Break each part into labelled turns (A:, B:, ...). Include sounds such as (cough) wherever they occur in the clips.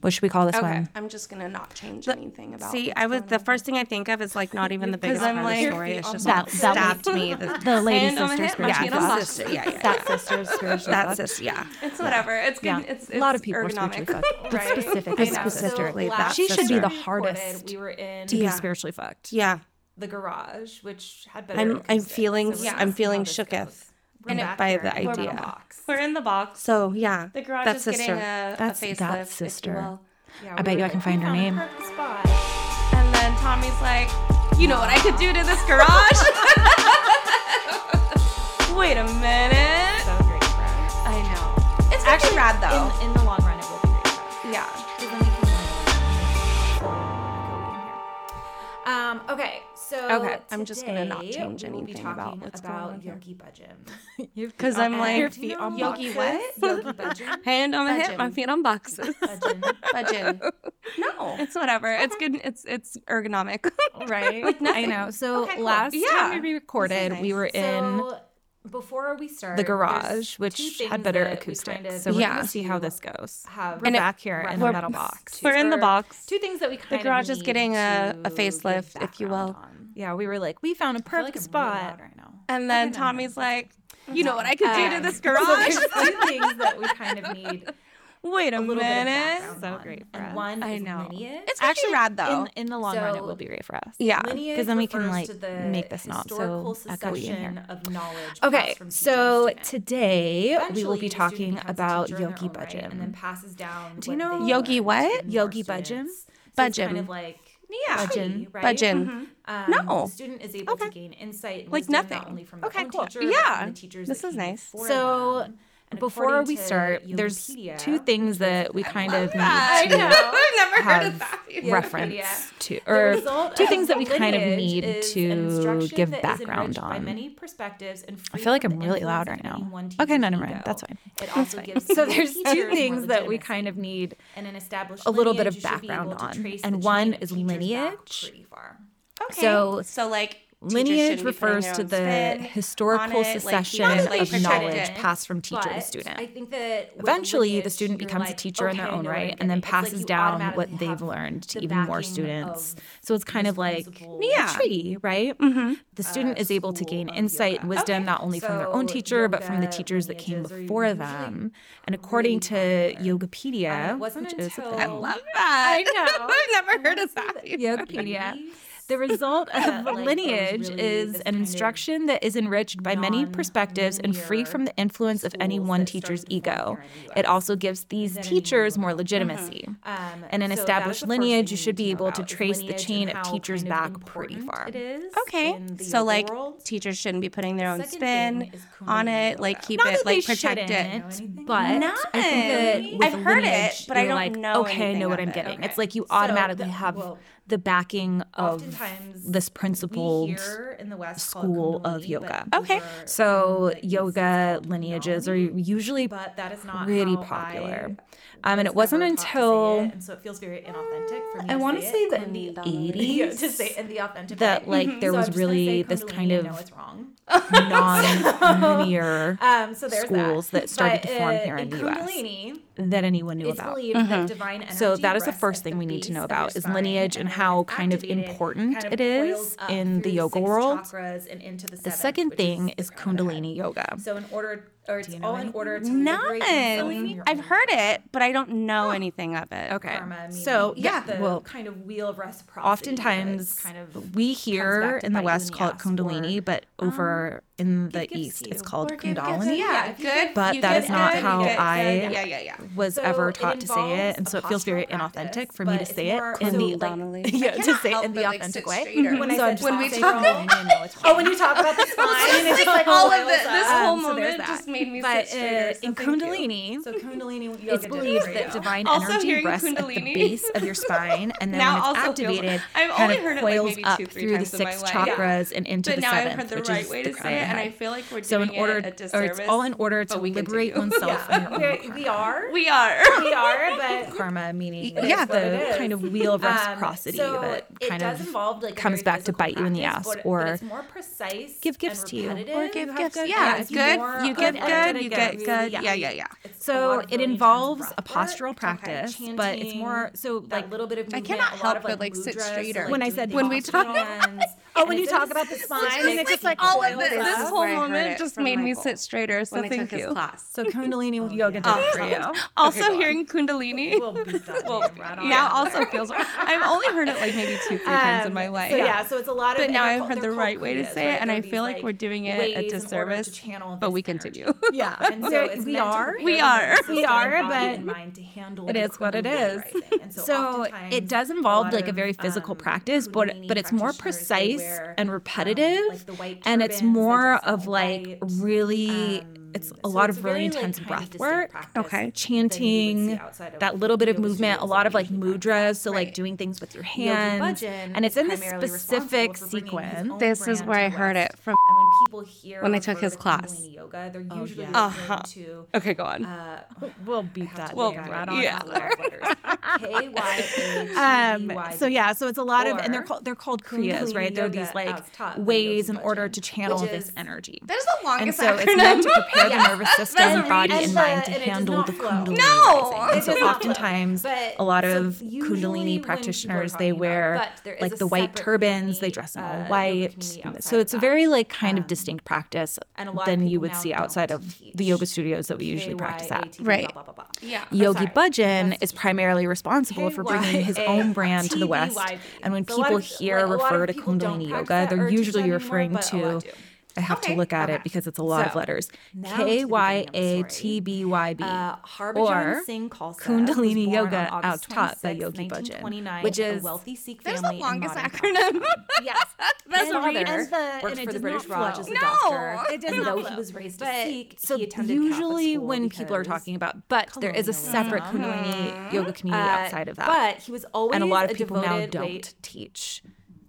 A: What should we call this
B: Okay.
A: one?
C: I'm just gonna not change anything about.
B: See, I was the first thing I think of is like not even the biggest
C: I'm
B: part of
C: like-
B: the story. It's just
A: That-
B: that,
A: that
B: stabbed
A: was-
B: me. The,
A: (laughs) The lady
C: Hand on the
A: sister
C: hip,
A: spiritual
B: yeah,
C: Martina
A: thought.
B: the
C: Fox.
B: sister. Yeah, yeah,
A: That
B: yeah.
A: sister spiritual
B: That's
A: thought.
B: just yeah.
C: It's whatever. It's good.
A: Yeah,
C: It's, it's
A: a lot of people are
C: ergonomic.
A: spiritually fucked.
C: right?
A: specific.
C: I
A: It's
C: know.
A: specific. specifically
D: So
A: that
D: last
A: she should be
D: time
A: the
D: we recorded,
A: hardest
D: We were in
A: to be
B: Yeah.
A: spiritually fucked.
B: Yeah.
D: the garage, which had better.
B: I'm I'm
D: acoustics.
B: feeling
D: So we
B: yeah,
D: don't
B: I'm
D: know how
B: feeling
D: this
B: shooketh.
D: goes. We're
B: in it
D: back
B: by
D: here
B: the
D: in
B: idea.
D: box.
C: We're in the box.
B: So yeah.
C: The garage
B: that
C: is
B: sister.
C: getting a,
A: That's
C: a facelift,
A: that
C: If
A: sister.
C: you will.
D: Yeah,
A: I bet
D: we're
A: you I can
D: like,
A: find her
D: found
A: name.
D: perfect spot.
C: And then Tommy's like, you know what I could do to this garage? (laughs) Wait a minute.
D: So great for us.
C: I know. It's actually rad though.
D: In, in the long run, it will be great for us.
C: yeah.
D: Because then we can, like, Um, okay, so
C: Okay, I'm just gonna not
D: today
C: change
D: we will be
C: anything about
D: talking
C: what's going
D: about
C: on here.
D: Yogi Bhajan.
C: Because I'm
D: And
C: like,
D: feet on
C: Yogi
D: boxes.
C: (laughs)
D: Yogi Bhajan.
C: hand on the hip, my Budging. feet on boxes.
D: Bhajan.
A: (laughs)
C: Budging.
D: No.
C: It's whatever. It's good. It's it's ergonomic.
D: Right.
C: Like
D: I
C: nothing.
D: know. So
C: Okay, cool.
D: last
C: Yeah.
D: time we recorded,
C: This is
D: we were in So before we start
B: the
D: there's
B: garage,
D: two
B: which
D: things
B: had better
D: that we kind
B: acoustics.
D: of
B: So we're
C: Yeah.
B: gonna see how
D: do
B: this goes.
D: Have
B: We're
D: and
B: back here in the
D: reference
B: metal box.
D: to-
C: We're in the
D: or
C: box.
D: two things that we kind of
C: garage is
D: need
C: getting a- a
D: to give
C: facelift, if you will.
D: background on.
B: Yeah, we were like, we found a
D: I feel like
B: perfect
D: I'm really loud
B: spot.
D: right now.
C: (laughs) And then Tommy's like, you know what I could do to
D: Um,
C: this
D: So
C: garage?
D: (laughs) there's two things that we kind of
B: (laughs)
D: need
C: Wait a,
D: a little bit of
C: minute.
D: background
B: So
D: on.
B: great for
D: and
B: us.
D: One
C: I
D: is
C: know.
D: lineage.
C: It's actually rad though.
B: In, in the long run, it
D: So-
B: will be great for us.
C: yeah.
A: (laughs)
D: Lineage
B: 'Cause then we can,
D: refers to
B: like,
D: the
B: make this not so
D: historical
B: echoey in here.
D: succession Of knowledge
B: Okay,
D: passed from teacher to
B: so
D: student.
B: today we will
D: Eventually,
B: be
D: the student
B: talking
D: becomes a
B: about
D: teacher in their
B: Yogi
D: own right and then
B: Bhajan.
D: passes down.
B: Do you know-
C: Yogi what?
B: Yogi Bhajan?
D: Bhajan. Kind
C: Bhajan.
D: of like
C: Yeah.
D: Bhajan, right?
C: Bhajan.
D: Um,
C: No.
D: The student is able
C: Okay.
D: to gain insight and
C: Like
D: wisdom not
C: nothing.
D: only from their
B: Okay,
D: own
B: cool.
D: teacher, but
C: Yeah.
D: from the teachers.
C: This
D: that
C: is
D: came
C: nice.
D: before
B: So,
D: them. And
B: Before
D: according
B: we
D: to
B: start, there's
D: Yogipedia-
B: two things that we kind of
C: I
B: need
C: know.
B: to
C: (laughs) I've never heard
B: have
C: of
B: (laughs)
C: that. either.
B: reference
D: yeah.
B: to,
D: The
B: or
D: result
B: two
D: of
B: things that we kind of
D: lineage
B: need
D: is an
B: to
D: instruction
B: give
D: that is
B: background
D: enriched by
B: on.
D: many perspectives and
B: I
D: free
B: feel like
D: from
B: I'm
D: the
B: really loud
D: influence
B: right
D: of any
B: now.
D: one
B: Okay,
D: teacher's
B: no, never mind.
D: ego.
B: That's fine. (laughs)
D: It also gives
B: So
D: the
B: there's two
D: teachers
B: things
D: more
B: that we
D: legitimacy.
B: kind of need
D: and an established
B: a little bit
D: lineage,
B: of
D: you should be
B: background
D: able to
B: on.
D: trace
B: And
D: the
B: one
D: chain of
B: is
D: teachers back
B: lineage.
D: pretty far.
C: Okay.
B: So-
C: so like teachers
B: Lineage
C: shouldn't be putting
B: refers
C: their
B: to
C: own
B: the
C: spin on
B: historical
C: it,
B: succession
C: like, you gotta, like,
B: of
C: protect
B: knowledge
C: it.
B: passed from teacher to
D: But
B: student.
D: I think that with
B: Eventually, the
D: lineage,
B: student
D: you're
B: becomes a
D: like,
B: teacher in their
D: okay, I
B: own
D: know what I'm
B: right, and
D: getting.
B: then
D: It's like
B: passes
D: you
B: down what
D: automatically
B: they've
D: have
B: learned to
D: the
B: even more
D: backing
B: students.
D: of
B: So it's kind of like
D: responsible
B: a
C: Yeah.
B: tree, right? Mm-hmm. The student is able to
D: uh, school
B: gain
D: of
B: insight
D: yoga.
B: and wisdom not only from their own
D: So
B: teacher, but from the
D: yoga
B: teachers that came
D: lineages are
B: before
D: usually
B: them. And according to
D: really popular.
B: Yogapedia,
D: Um, it wasn't
B: which is a
D: until-
B: thing,
D: I
C: (laughs) Love that. I've never heard of that. either.
B: Yogapedia. The result of
D: that, (laughs) like, there was
B: lineage
D: really
B: is
D: this
B: an
D: kind of
B: instruction that is enriched by many perspectives and free from the influence of any
D: schools
B: one
D: that started
B: teacher's
D: to form
B: ego.
D: here in the
B: It
D: US.
B: also gives these
D: then in
B: teachers more
D: Europe.
B: legitimacy.
D: Um,
B: And an
D: so that is
B: established
D: the first
B: lineage,
D: thing
B: you
D: we
B: should
D: need to
B: be
D: know
B: able to
D: about is
B: trace the
D: lineage
B: chain
D: and
B: of
D: how
B: teachers
D: kind of
B: back pretty
D: important
B: far.
D: It is
C: Okay.
D: in the
C: So
D: yoga
C: like
D: world.
C: teachers shouldn't be putting their own
D: Second
C: spin
D: thing is
C: on
D: Kundalini
C: it. Like
D: yoga.
C: keep
B: Not
C: it
B: that they
C: like protect it.
B: shouldn't,
D: anything
B: But
C: about
B: I
C: it.
B: think that with
C: I've
B: the
C: heard it,
B: lineage,
C: but I
B: you're
C: don't
B: like,
C: know
B: Okay, I
C: anything
B: know what
C: of
B: I'm
C: it.
B: getting.
D: Okay.
B: It's like you
D: So
B: automatically
D: the-
B: have
D: well,
B: the backing of
D: Oftentimes,
B: this
D: we
B: principled
D: here in the West call it
B: school of
D: Kundalini, but
B: yoga.
D: these
C: Okay.
D: are
B: So
D: things that you
B: yoga
D: call
B: lineages are
D: Kundalini,
B: usually
D: but that is not
B: pretty
D: how
B: popular.
D: I
B: Um, and it
D: was
B: wasn't
D: ever taught to say
B: until
D: it, and so it feels very inauthentic for me.
B: I
D: want
B: want to say that in the
C: Kundalini.
D: (laughs) to
B: 80s
D: say it in the authentic
B: that
D: way. (laughs)
B: like there
D: So I'm
B: was
D: just gonna say
B: really this kind
D: Kundalini, I know
B: of
D: it's wrong.
B: non-linear
D: Um, (laughs) so there's
B: schools that started to form here in the US.
D: Kundalini,
B: that anyone knew
D: it's
B: about. Mm-hmm.
D: believed that divine energy
B: So that is the
D: rests
B: first
D: at
B: thing we need to
D: base
B: know
D: of your
B: about is
D: spine,
B: lineage and
D: when
B: how
D: it's
B: kind of
D: activated,
B: important
D: kind
B: it
D: of
B: is
D: coils up
B: in the
D: through
B: yoga
D: six
B: world.
D: chakras and into the,
B: The
D: seventh,
B: second
D: which
B: thing
D: the
B: is
D: crown of the head.
B: Kundalini yoga.
D: So in order, or it's
B: you know
D: all in
B: anything?
D: order to liberate yourself from
C: None.
D: your
C: I've
D: own
C: heard it, but I don't know anything of it.
B: Okay.
D: karma, meaning
B: so yeah,
D: the
B: well,
D: kind of wheel of reciprocity. that
B: oftentimes
D: kind of
B: we
D: comes
B: here
D: back to
B: in the
D: bite you
B: West
D: in
B: call it
D: ass, or-
B: Kundalini, but over in the
D: give gives
B: East
D: to
B: it's
D: you.
B: called
C: Or give gifts.
B: Kundalini.
C: Yeah,
D: Yeah,
C: good.
B: but
C: you
B: that
C: did
B: is not
C: good, you
B: how
C: did good.
B: I-
C: Yeah, yeah, yeah.
B: was
D: So
B: ever
D: it
B: taught to say it,
D: involves
B: and
D: a
B: so it feels very
D: postural practice,
B: inauthentic for me
D: but
B: to
D: it's
B: say it
D: more
B: in
D: so
B: the
D: like-
B: (laughs) yeah to
C: cannot
B: say it
C: help
B: in the
C: but, like,
B: authentic
C: sit
B: way.
C: straighter.
B: Mhm.
D: When I
B: so I'm
D: said
B: just
D: when
B: gonna
D: we
B: say
D: talk-
B: Kundalini, I know (laughs) it's
D: Oh, when you talk about the spine, it's like
C: all of
D: boils
C: it.
D: up.
C: This whole
B: Um, so
C: moment
B: there's that.
C: just made me
B: but
C: sit straighter.
B: uh,
C: so
B: in
C: thank you.
B: Kundalini,
D: So Kundalini yoga
B: it's
D: did it
B: believed
D: for you. Oh,
B: that divine
C: Also
B: energy
C: hearing
B: rests at the
C: Kundalini.
B: base of your spine,
D: (laughs)
B: and then
C: Now
B: when it's
C: also feels-
B: activated,
C: I've
B: kind
C: only
B: of
C: heard it, like,
B: coils
C: maybe
B: up
C: two, three
B: through the
C: times in my
B: six
C: life. Yeah.
B: chakras and into
C: But
B: the
C: now
B: seventh,
C: I've heard the
B: which
C: right
B: is
C: way
B: the
C: to
B: crown
C: say
B: of
C: it,
B: the
C: and I
B: head.
C: feel like we're
B: So
C: doing
B: in order,
C: it a
B: or
C: disservice.
B: it's all in order to
C: but we
B: liberate
C: continue.
D: (laughs)
B: oneself from your own
D: We- we are,
C: We are.
D: we are, but
B: (laughs) karma, meaning
D: It
B: yeah,
D: is what it
B: the
D: is.
B: kind of wheel
D: (laughs)
B: of
D: Um,
B: reciprocity
D: so
B: that
D: it
B: kind
D: does
B: of
D: involve, like, a
B: comes
D: very
B: back to
D: physical
B: bite you in the
D: practice,
B: ass
D: but it- but
B: or
D: it's more precise
B: give
D: and
B: gifts to you. Or
D: repetitive.
C: give
D: You have
C: gifts.
D: good-
C: Yeah,
D: it's
C: good-
D: more
C: you
D: of
C: give
D: a
B: good,
A: good,
B: it
A: you
B: gets
A: get
B: really-
A: good.
B: yeah.
A: Yeah, yeah, yeah.
B: So it involves a postural
D: practice,
B: practice, but it's more so
D: that
B: like
D: little bit of movement,
A: cannot
D: a lot
A: help
D: of,
A: but, like, sit
D: mudras,
A: straighter.
D: like,
B: When I
D: doing
B: said
D: the
B: when
A: we
D: opposite
A: talk-
D: hands.
B: (laughs) Oh,
D: And
B: when
D: it
B: you talk
D: does- (laughs)
B: about the spine,
D: and it
B: it's
D: just
B: like
D: like
A: All of
D: boils
A: this,
D: up.
A: this whole
C: where I heard
A: moment
C: it
A: just
C: from
A: made me
C: Michael
A: sit straighter. So
C: when I took
A: thank
C: his
A: you.
C: class.
B: (laughs) so Kundalini
D: (laughs)
B: yoga did it for you.
A: Also, hearing Kundalini.
D: We'll beat that
A: (laughs) Well,
D: name right on.
A: now also feels. I've only heard it like maybe two, three times in
D: Um,
A: my life.
D: So yeah, so it's a lot of.
A: But
D: and
A: now
D: they're
A: I've
D: called-
A: heard
D: they're
A: the
D: called
A: right way to
D: kriyas,
A: say it, and
D: They're
A: I feel
D: these,
A: like we're doing it a
D: ways in order to
A: disservice,
D: channel
A: but
D: this
A: we
D: energy.
A: continue. (laughs)
D: (laughs) Yeah, and so Oh, it's
B: we
D: meant to
B: are.
D: prepare
A: We
D: the nervous
A: are.
D: system
B: We
D: and
B: are,
D: body and
B: but
D: mind to handle
B: it
D: the
B: is what it
D: Kundalini
B: is.
D: rising. And
B: So
D: oftentimes,
B: it does
D: a
B: involve
D: lot
B: like a
D: of,
B: very physical
D: um,
B: practice, but
D: Kundalini
B: but it's more
D: practitioners, they
B: precise
D: wear,
B: and
D: um,
B: repetitive,
D: like the white
B: and it's
D: turbans, they
B: more
D: dress all
B: of like
D: white.
B: really. it's
D: Um,
B: a
D: so
B: lot
D: it's
B: of
D: a very,
B: really
D: like,
B: intense
D: kind of
B: breath
D: distinct
B: work.
D: practice Okay. than you would see
B: Chanting,
D: outside of
B: that little bit of
D: yoga
B: movement, a
D: studios
B: lot
D: that
B: of like
D: usually practice
B: mudras, so like
A: Right.
B: doing things with your
D: Yogi
B: hands,
D: Bhajan
B: and it's
D: is
B: in this
D: primarily responsible for
B: specific
D: bringing his
B: sequence.
D: own
C: This is
D: brand
C: where
D: to
C: I
D: the
C: heard
D: West.
C: it from.
D: And when people hear
C: When I
D: the
C: took
D: word
C: his class. Uh-huh.
D: Kundalini yoga, they're usually
B: Oh, yeah.
D: referring to
A: Okay, go on.
D: uh,
B: We'll beat that
A: Well,
B: name
A: yeah.
B: right on.
A: Yeah.
B: out. (laughs)
D: um,
B: Um, so yeah, so it's a lot of, and they're called they're called kriyas,
D: Kundalini
B: right? They're
D: yoga
B: these like
D: as taught by
B: ways
D: Yogi
B: in order
D: Bhajan,
B: to channel
D: which
B: this
D: is- (laughs)
B: energy.
A: That is the
B: And
A: longest
B: so
A: (laughs)
B: it's meant to prepare the nervous
A: That's
B: system,
A: a read.
B: body, and
D: And
B: mind
D: the- uh, and
B: to
D: it does
B: handle
D: not
B: the
D: flow.
B: kundalini.
A: No! It
B: rising.
D: (laughs) does
B: And so
D: not
B: oftentimes
D: flow. But-
B: a lot
D: so
B: of
D: usually when people
B: kundalini
D: are
B: practitioners
D: talking
B: they
D: about-
B: wear
D: but there is a
B: like the white
D: separate
B: turbans, they
D: community,
B: dress in
D: uh,
B: all
D: yoga
B: white.
D: community outside
B: So
D: of
B: it's a
D: that. Um,
B: very like kind of distinct practice
D: and a lot of
B: than you
D: people
B: would
D: now
B: see outside
D: don't
B: of the
D: teach
B: yoga studios that we usually practice at.
D: KYATP,
A: Right.
D: blah, blah, blah, blah.
A: Yeah.
B: Yogi Bhajan is primarily responsible for bringing his own brand to the West.
D: KYATP.
B: And when
D: So a lot
B: people
D: of-
B: here
D: like, a lot of
B: refer to
D: people don't
B: Kundalini
D: practice
B: yoga,
D: that
B: they're
D: or teach
B: usually
D: that
B: referring
D: anymore, but a
B: to. Mm.
D: lot do.
B: I have to
A: Okay,
B: look at
A: okay.
B: it because it's a lot of
D: So,
B: letters.
D: now to the
B: K
D: beginning
B: Y
D: of the
B: A
D: story.
B: T B Y B.
D: Uh, Harbhajan
B: Or
D: Singh Khalsa,
B: Kundalini
D: was born
B: Yoga
D: on August
B: as taught by
D: 26,
B: Yogi Bhajan,
D: 1929,
B: which
D: in
B: is-
D: a wealthy Sikh
A: There's the
D: family in
A: longest
D: modern
A: acronym.
D: Pakistan.
B: (laughs)
D: yes,
A: That's
D: his
A: a
D: father
A: read.
B: and the- and
D: worked
B: it
D: for the
B: does
D: British
B: not
D: Raj
B: flow.
D: as a
A: No,
D: doctor,
A: it
B: does
D: and
B: not
D: though
B: flow.
D: he was raised
B: But-
D: a Sikh,
B: so
D: he attended Catholic
B: usually
D: school
B: when people are
D: because-
B: talking about but there is a separate kundalini yoga community
D: Uh,
B: outside of that
D: But he was always
B: and a lot of people now
D: devoted
B: don't
D: lay-
B: teach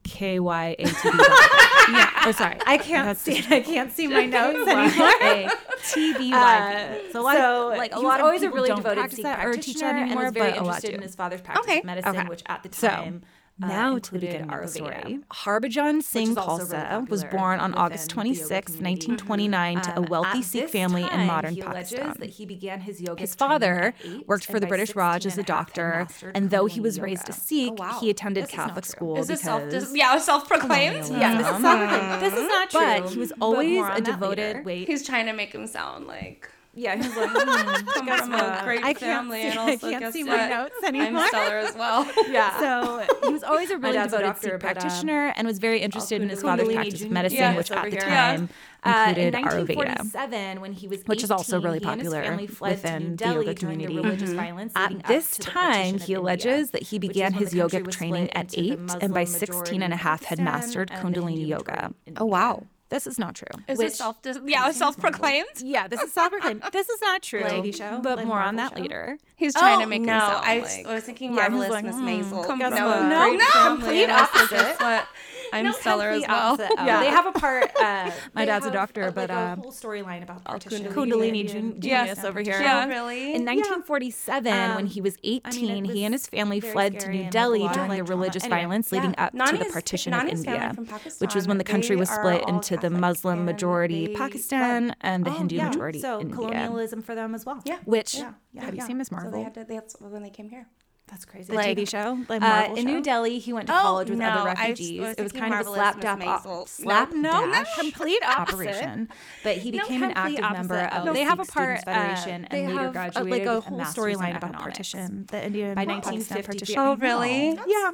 B: K Y A T B.
D: (laughs)
B: Yeah, oh sorry,
D: I can't see it. (laughs) I can't see
B: (laughs)
D: my notes anymore. Uh,
B: A T B Y B. So a lot
D: so
B: of like
D: he
B: a
D: was
B: lot of
D: always
B: people
D: a really
B: don't
D: devoted
B: practice
D: Sikh
B: that or
D: practitioner
B: teach that
D: and
B: anymore,
D: was very
B: but a lot
D: interested
B: do.
D: in his father's practice
A: Okay,
D: of medicine,
A: okay.
D: which at the
B: So,
D: time uh,
B: now to the
D: included
B: beginning of the
D: Ayurveda.
B: story. Harbhajan Singh
D: is also really
B: Khalsa was
D: popular
B: born on
D: within
B: August
D: the yoga
B: 26,
D: community.
B: 1929, to a
D: Um,
B: wealthy
D: at
B: Sikh
D: this
B: family in
D: time,
B: modern
D: he alleges
B: Pakistan.
D: That he began his yoga.
B: His
D: training
B: father
D: at eight,
B: worked for
D: and
B: the
D: by
B: British Raj
D: 16
B: as a
D: and half had
B: doctor,
D: mastered
B: and though he
D: Kundalini
B: was
D: yoga.
B: raised a Sikh,
A: wow.
B: he attended
D: This is not
B: Catholic
D: true.
B: school
A: Is this self?
B: because
A: Yeah, self-proclaimed.
B: Yeah.
D: This is not, this is not true.
B: But he was
D: more
B: always
D: on
B: a
D: that
B: devoted
D: later.
B: wait.
A: He's trying to make him sound like
D: Yeah, he was
B: (laughs)
D: like, hmm,
A: come from a great family and also guess what? I'm stellar as well.
D: yeah.
B: So he was always a really
D: dad's a
B: devoted
D: doctor,
B: Sikh
D: but, um,
B: practitioner and was very interested in his father's
D: Kundalini
B: practice of
D: Jun-
B: medicine,
A: yeah, it's
B: which at
A: over
B: the
A: here.
B: time
D: Uh,
B: included
D: in
B: Ayurveda.
D: 1947, when he was
B: which is also really
D: 18, he and his
B: popular
D: family fled
B: within
D: to New
B: the
D: Delhi
B: yoga
D: during
B: community.
D: Religious violence leading
B: At
D: up
B: this
D: to the
B: time,
D: partition
B: he
D: of
B: alleges
D: India,
B: that he
D: which is
B: began
D: when
B: his
D: the country
B: yogic
D: was
B: training
D: split
B: at
D: into the
B: 8 and by
D: Muslim
B: 16 and a
D: majority
B: half had
D: Pakistan
B: mastered
D: and the
B: Kundalini
D: Hindu
B: yoga.
D: majority in
A: Oh wow.
B: This is not true.
A: Is it self? Yeah, self-proclaimed.
B: Yeah, this is self-proclaimed. this is not true.
D: Lady show?
B: But
D: Like
B: more on
D: Marvel
B: that
D: show?
B: later.
A: He's trying to
B: Oh,
A: make
B: no,
A: him sound
B: I
A: like.
C: I was thinking
B: Yeah, he
C: marvelous
B: was like,
C: Miss
B: "Hmm,
C: Maisel.
A: Come
B: Guess
A: from
B: what?
A: a
B: No,
A: great
B: no,
A: family,
D: complete
A: and also
D: opposite.
A: guess what? I'm stellar as
D: complete
A: well.
D: opposite of-
B: Yeah.
D: they have a part. Uh,
B: My
D: they
B: dad's a
D: have
B: doctor,
D: like,
B: but,
D: a
B: uh,
D: whole storyline about partition.
B: Kundalini Jun-
A: Yeah.
B: genius over here.
A: Yeah, really.
B: In 1947,
D: Um,
B: when he was 18, he and
D: was
B: his family
D: very
B: fled to
D: scary and,
B: New
D: like, a
B: Delhi
D: lot of,
B: during
D: like,
B: the
D: trauma.
B: religious
D: Anyway,
B: violence leading
A: yeah.
B: up to
A: Nani
B: the
A: is-
B: partition
A: Nani
B: of
A: is
B: India,
A: family from
B: which was
A: Pakistan,
B: when the
A: and
B: country
A: they
B: was
A: are
B: split
A: all
B: into the
A: Catholic,
B: Muslim
A: and
B: majority
A: they-
B: Pakistan and the Hindu majority
D: So
B: India.
D: colonialism for them as well.
A: Yeah.
B: Which
A: Yeah, yeah,
B: have you
A: yeah.
B: seen Miss
A: So they
B: Marvel?
A: had to. They had when they came here.
D: that's crazy.
B: the TV show, like
D: Uh,
B: Marvel
D: in
B: show?
D: New Delhi, he went to
A: Oh,
D: college with
A: no,
D: other
A: I was- I
D: refugees.
A: was
D: it was
A: thinking
D: kind of a
A: Marvelous Miss
D: slapdap,
A: Maisel.
D: op- slap
B: No, no,
D: dash
B: complete opposite.
D: operation. But he
B: No,
D: became an
B: complete
D: active member
B: opposite.
D: of
B: No,
D: the
B: they have a
D: Sikh Students
B: part. uh,
D: Federation
B: they
D: and later
B: have a-
D: graduated
B: like a
D: with
B: whole
D: master's in
B: storyline about
D: economics.
B: partition, the Indian
D: By
B: Pakistan
D: 1953
B: partition.
D: Oh,
A: really?
B: Yeah.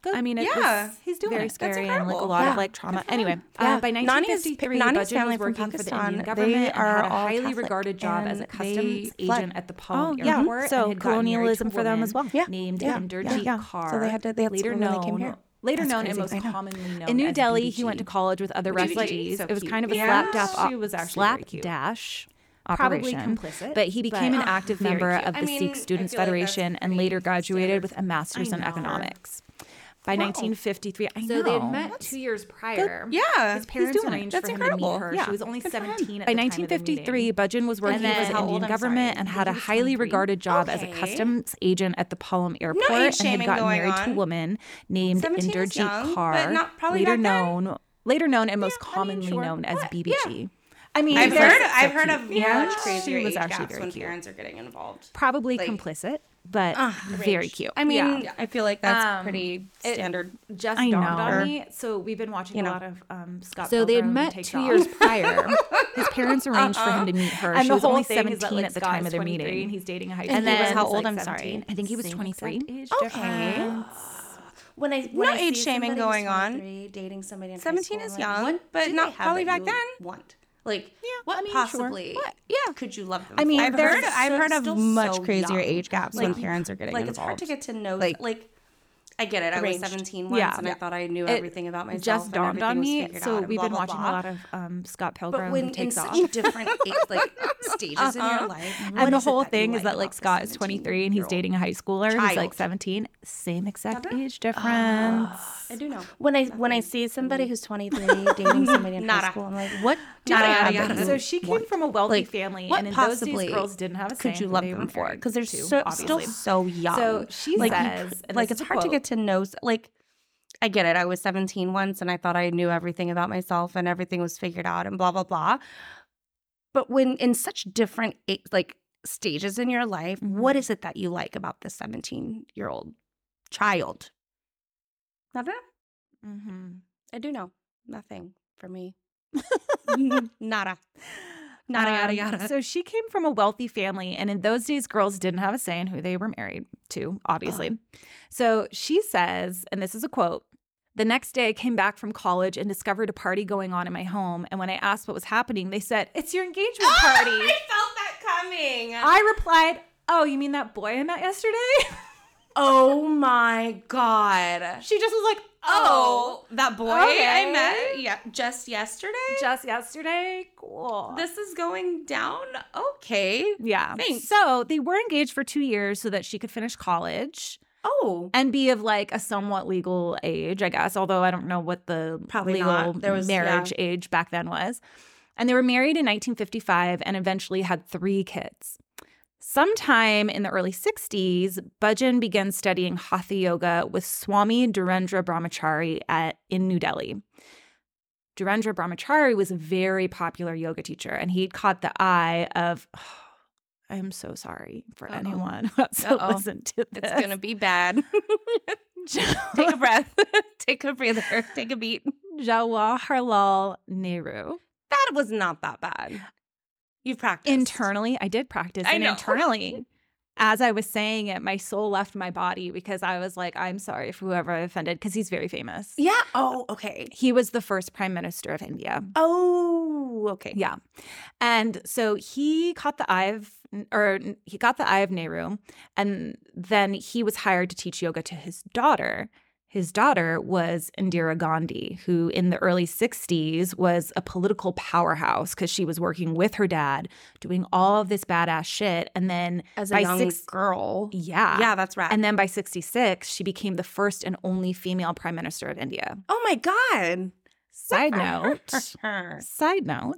D: Good.
B: I mean, it
A: Yeah.
B: was
D: He's doing it.
B: very
D: That's
B: scary and like a
A: incredible.
B: lot
A: Yeah.
B: of like trauma. Anyway,
A: Yeah.
B: uh, by
A: Nani's-
B: 1953,
A: Nani's
B: Nani's
A: family
B: family
A: from
B: was working for the
A: Pakistan,
B: Indian
A: they
B: government and
A: are
B: had a
A: all
B: highly
A: Catholic
B: regarded job as a
A: and
B: customs
A: they fled.
B: agent at the Palm
D: Oh, yeah. So
B: Airport. and had gotten married
D: colonialism
B: to a
D: for them
B: woman
D: as well.
A: Yeah.
B: Named
A: Yeah.
B: Inderjeet
A: Yeah. Yeah.
B: Kaur.
A: So they had to- they had-
B: later
A: when they
B: known,
A: came here.
B: Later
A: That's
B: known
A: crazy.
B: and
A: I
B: most
A: know.
B: commonly known
D: In New
B: as
D: Delhi,
B: BBG.
D: he went to college with other
A: BBG.
D: refugees.
B: So
D: it was
B: cute.
D: kind of a
A: Yeah.
D: slapdap. op-
B: She was actually very cute.
D: slapdash
B: Probably
D: operation.
B: complicit,
D: But he became
B: but-
D: an active
B: Very
D: member
B: cute.
D: of the
A: I mean,
D: Sikh
A: I
D: Students
A: feel like that's
D: Federation and
A: pretty
D: later graduated
A: standard.
D: with a master's in
A: know.
D: economics. By
B: 1953. I
D: So they had
B: know.
D: met two years prior.
A: Yeah.
D: his
A: He's
D: parents
B: doing it.
D: arranged
A: That's
D: for him to
A: incredible.
D: meet her.
B: Yeah.
D: She was only 17 at the
B: By
D: time of the meeting.
B: 1953, Bhajan was working
D: then-
B: for
D: He
B: the
D: was how
B: Indian
A: old? I'm
B: government
A: sorry.
B: and
A: I
B: had
A: think
B: a
A: he was
B: highly
D: 23.
B: regarded job as a
A: Okay.
B: customs agent at the Palm Airport
A: age
B: and had
A: shaming
B: gotten
A: going
B: married to a
A: on.
B: woman named
A: 17 is
B: Inderjeet
A: young, but
B: Kaur,
A: not- probably
B: later
A: back then.
B: known, later known and most
A: I mean,
B: commonly
A: sure.
B: known as
A: What?
B: BBG.
A: Yeah.
B: I I mean,
C: I've
B: it's like
C: heard. I've heard of
B: Yeah.
C: much
B: She
C: crazier
B: was
C: age
B: actually
C: gaps
B: very
C: when
B: cute.
C: parents are getting involved.
B: probably
C: like-
B: complicit, but very cute.
D: Ah, I mean,
C: I feel like that's
D: Um,
C: pretty
D: it-
C: standard.
D: just
B: I
D: dawned
B: know.
D: on me. So we've been watching
C: You know.
D: a lot of um, Scott.
B: so they had
D: Pilgrim
B: met
D: Takes
B: two
D: Off. (laughs)
B: years prior. His parents arranged for him to meet her.
D: And
B: she
D: the
B: was
D: whole
B: only
D: thing is that,
B: 17
D: like,
B: at the
D: Scott
B: time
D: is
B: of the
D: 23 And
B: meeting.
D: he's dating a high
B: And
D: school
B: then-
D: girl
B: how
D: who's,
B: old?
D: like,
B: I'm sorry.
D: 17.
B: I think he was
D: Same
B: 23.
D: exact Age
B: Okay.
D: difference.
A: When I when
C: No
A: I
C: age
A: see
C: shaming
A: somebody
C: going
A: who's
C: on.
A: 23 Dating somebody in high
C: 17
A: school,
C: is
A: I'm
C: young,
A: what
C: but
A: do they
C: not
A: have
C: probably
A: that you
C: back
A: would Want like what
B: I mean, sure.
A: possibly?
B: What? Yeah.
A: could you love them?
B: I mean,
A: for?
B: I've
C: I've
B: they're
C: heard.
B: heard-
C: I've heard
A: still
C: of much
A: so
C: crazier
A: young.
C: age gaps
A: Like,
C: when
A: you-
C: parents are getting
A: Like
C: involved.
A: it's hard to get to know.
C: Like-
A: Like, like I get it. I
C: Arranged.
A: was 17 once,
D: Yeah.
A: and I thought I knew
D: It
A: everything about myself.
D: just
A: and
D: dawned
A: everything
D: on
A: was
D: me.
A: figured out
D: So
A: and
D: we've
A: blah,
D: been
A: blah,
D: watching
A: blah.
D: a lot of um, Scott Pilgrim
A: But when in
D: Takes Off. Mm-hmm.
A: such different age, like stages in your life,
D: and the whole thing is that like Scott is 23 and he's dating a high schooler who's like
A: Child. Ah.
D: 17. Same exact age difference.
C: I do know.
A: When I when I see somebody
C: Mm-hmm.
A: who's 23 (laughs) dating somebody in high
C: Nada.
A: school, I'm like, what? do
C: Nada,
A: they have
C: yada,
A: that
C: yada.
A: you
D: so she came from a wealthy
A: like,
D: family,
A: what
D: and in those
A: possibly
D: days, girls didn't have a
A: could
D: say
A: you
D: in who
A: love
D: they
A: them
D: were
A: for?
D: married
A: Because they're
D: to,
A: so, still
D: obviously.
A: so young.
D: So she
A: like,
D: says,
A: you,
D: and
A: like
D: this
A: it's
D: is a
A: hard to
D: quote.
A: get to know. s- Like, I get it. I was 17 once, and I thought I knew everything about myself, and everything was figured out, and blah blah blah. But when in such different a- like stages in your life, what is it that you like about this 17 year old child? Nothing.
D: mm-hmm.
A: I do know nothing for me. (laughs) Nada. Nada yada
D: Um,
A: yada.
D: So she came from a wealthy family, and in those days, girls didn't have a say in who they were married to, obviously. So she says, and this is a quote The next day, I came back from college and discovered a party going on in my home. And when I asked what was happening, they said, It's
A: (laughs)
D: your engagement
A: Oh
C: I
D: party.
C: felt that coming.
D: I replied, Oh, you mean that boy I met yesterday? (laughs)
C: oh my god.
D: she just was like, Oh,
C: Oh, that boy I
D: Okay.
C: met yeah just yesterday.
D: just yesterday? Cool.
C: This is going down. Okay.
D: yeah.
C: Thanks.
D: So they were engaged for two years so that she could finish college.
C: Oh.
D: and be of like a somewhat legal age, I guess. Although I don't know what the
C: Probably
D: legal
C: not. There was-
D: marriage age back then was. And they were married in 1955 and eventually had three kids. Sometime in the early 60s, Bhajan began studying Hatha Yoga with Swami Durendra Brahmachari at, in New Delhi. Durendra Brahmachari was a very popular yoga teacher, and he caught the eye of, (sighs) I am so sorry for
C: Uh-oh.
D: anyone (laughs) who has to
C: Uh-oh.
D: listen to this.
A: It's gonna be bad. Take a breath. Take a breather. Take a beat.
D: Jawaharlal Nehru.
A: That was not that bad. You've practiced.
D: Internally, I did practice,
C: I
A: (laughs)
D: and
C: know.
D: internally, as I was saying it, my soul left my body because I was like, "I'm sorry if whoever I offended," because he's very famous.
A: Yeah. Oh, okay.
D: He was the first prime minister of India.
A: Oh, okay.
D: Yeah. And so he caught the eye of or he got the eye of Nehru and then he was hired to teach yoga to his daughter. His daughter was Indira Gandhi, who in the early 60s was a political powerhouse because she was working with her dad, doing all of this badass shit. And then,
A: As a
D: By
A: young
D: six-
A: girl.
D: yeah.
A: Yeah, that's right.
D: And then by 66, she became the first and only female prime minister of India.
A: oh my god.
D: Side note, side note,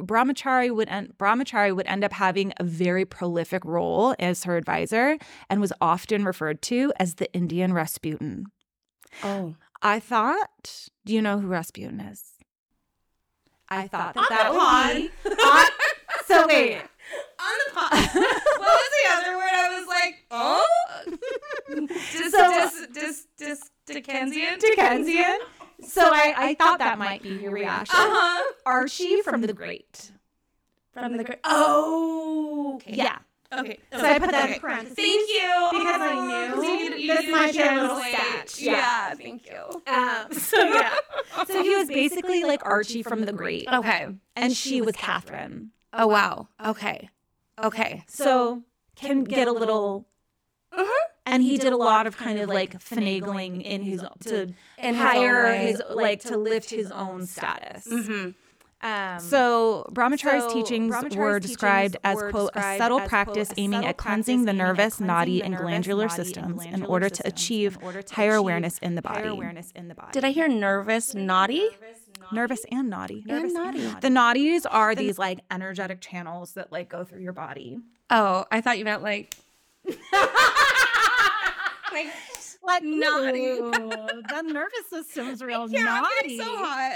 D: Brahmachari would end, Brahmachari would end up having a very prolific role as her advisor and was often referred to as the Indian Rasputin.
A: Oh.
D: I thought, do you know who Rasputin is? I thought that that
C: pod.
D: would be. I- so wait,
C: On the pod. what was the other word? I was like, oh? Dis,
D: So-
C: dis, dis, dis, Dickensian?
D: Dickensian. So I, I thought that might be your reaction.
C: Uh-huh.
D: Archie from the Great.
A: From the great.
C: Oh. Okay.
D: Yeah.
C: Okay.
E: So I put that
C: Okay.
E: in parentheses.
C: Thank you.
E: Because I
C: Oh,
E: knew.
C: you did- you
E: That's
C: did
E: my
C: it
E: general
C: in a way.
E: sketch.
C: Yeah.
E: Yeah.
C: Thank you.
E: Um,
D: So yeah. So he was basically like Archie from the Great,
A: Okay.
D: and she was Catherine.
A: Oh wow. Okay. Okay.
D: so can get a little Uh-huh. and he did a lot of kind of like finagling in his to
A: And
D: hire
A: way.
D: his like to lift his own status
E: um,
D: so brahmachari's
E: So,
D: teachings
E: Brahmachari's
D: were
E: teachings
D: described as
E: were
D: quote a
E: described
D: subtle
E: as, quote,
D: practice
E: a
D: aiming
E: subtle
D: at cleansing
E: practice aiming
D: the
E: at
D: nervous
E: cleansing
D: noddy
E: the
D: and
E: nervous,
D: glandular
E: noddy and
D: systems in
E: glandular
D: order to
E: systems in
D: achieve
E: order to
D: higher
E: achieve
D: awareness in the
E: higher
D: body
E: awareness in the body.
A: Did I hear nervous, naughty?
D: nervous and naughty
A: Nervous and naughty.
D: the naughties are these like energetic channels that like go through your body
A: Oh, I thought you meant like
C: Like,
D: like
A: naughty.
D: (laughs) the
E: (laughs)
D: nervous system's
C: (laughs)
D: real
C: yeah, I'm
D: naughty
C: getting so hot.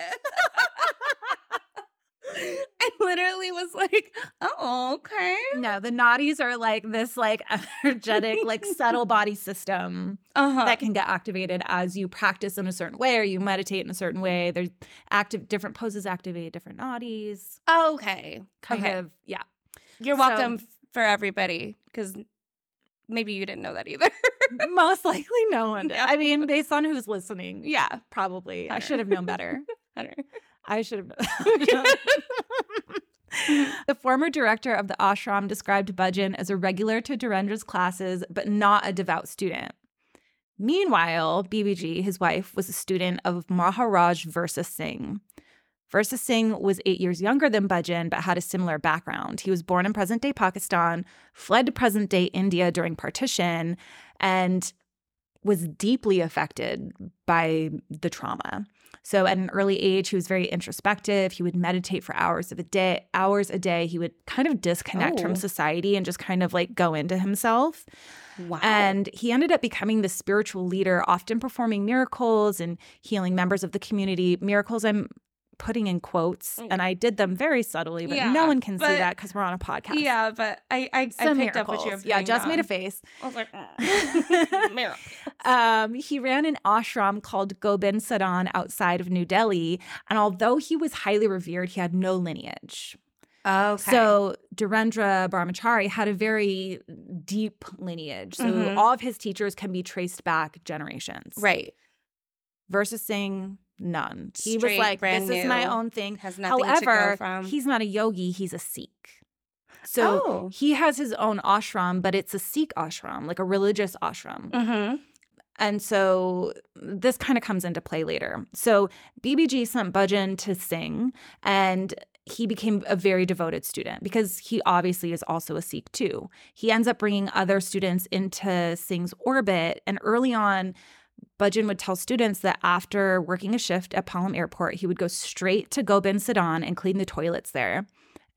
A: I'm
C: literally was like, oh, okay.
D: No, the naughties are like this like (laughs) energetic, like subtle body system
C: Uh-huh.
D: that can get activated as you practice in a certain way or you meditate in a certain way. There's active different poses activate different naughties.
C: okay.
D: Kind
C: Okay.
D: of yeah.
C: You're
D: So-
C: welcome f- for everybody because maybe you didn't know that either.
D: Most likely no one. did. I mean, based on who's listening.
C: yeah.
D: Probably. I
C: Better.
D: should have known (laughs) better.
C: I don't know.
D: I should have. (laughs) the former director of the ashram described Bhajan as a regular to Durendra's classes, but not a devout student. Meanwhile, BBG, his wife, was a student of Maharaj Versa Singh. Versa Singh was eight years younger than Bhajan, but had a similar background. He was born in present day Pakistan, fled to present day India during partition, and was deeply affected by the trauma. So at an early age, he was very introspective. He would meditate for hours of a day, hours a day. He would kind of disconnect
C: Oh.
D: from society and just kind of like go into himself.
C: Wow.
D: And he ended up becoming the spiritual leader, often performing miracles and healing members of the community. Miracles I'm putting in quotes,
C: Mm.
D: and I did them very subtly, but
C: Yeah,
D: no one can see
C: but-
D: that because we're on a podcast.
C: yeah, but I I, I picked
D: Some
C: up what you're
D: miracles. Yeah, Jess made a face.
C: I was like, mm. Mirror.
D: Um, he ran an ashram called Gobind Sadan outside of New Delhi, and although he was highly revered, he had no lineage.
C: okay.
D: So Durendra Brahmachari had a very deep lineage. So
C: Mhm.
D: all of his teachers can be traced back generations.
C: right
D: Versus saying none. He
C: Straight,
D: was like,
C: brand
D: this is my
C: new.
D: own thing.
C: has nothing to go
D: However,
C: from.
D: he's not a yogi, he's a Sikh. So
C: Oh.
D: he has his own ashram, but it's a Sikh ashram, like a religious ashram.
C: hmm
D: And so this kind of comes into play later. So BBG sent Bhajan to sing, and he became a very devoted student because he obviously is also a Sikh too. He ends up bringing other students into Singh's orbit. And early on, Bhajan would tell students that after working a shift at Palm Airport, he would go straight to Gobind Sedan and clean the toilets there.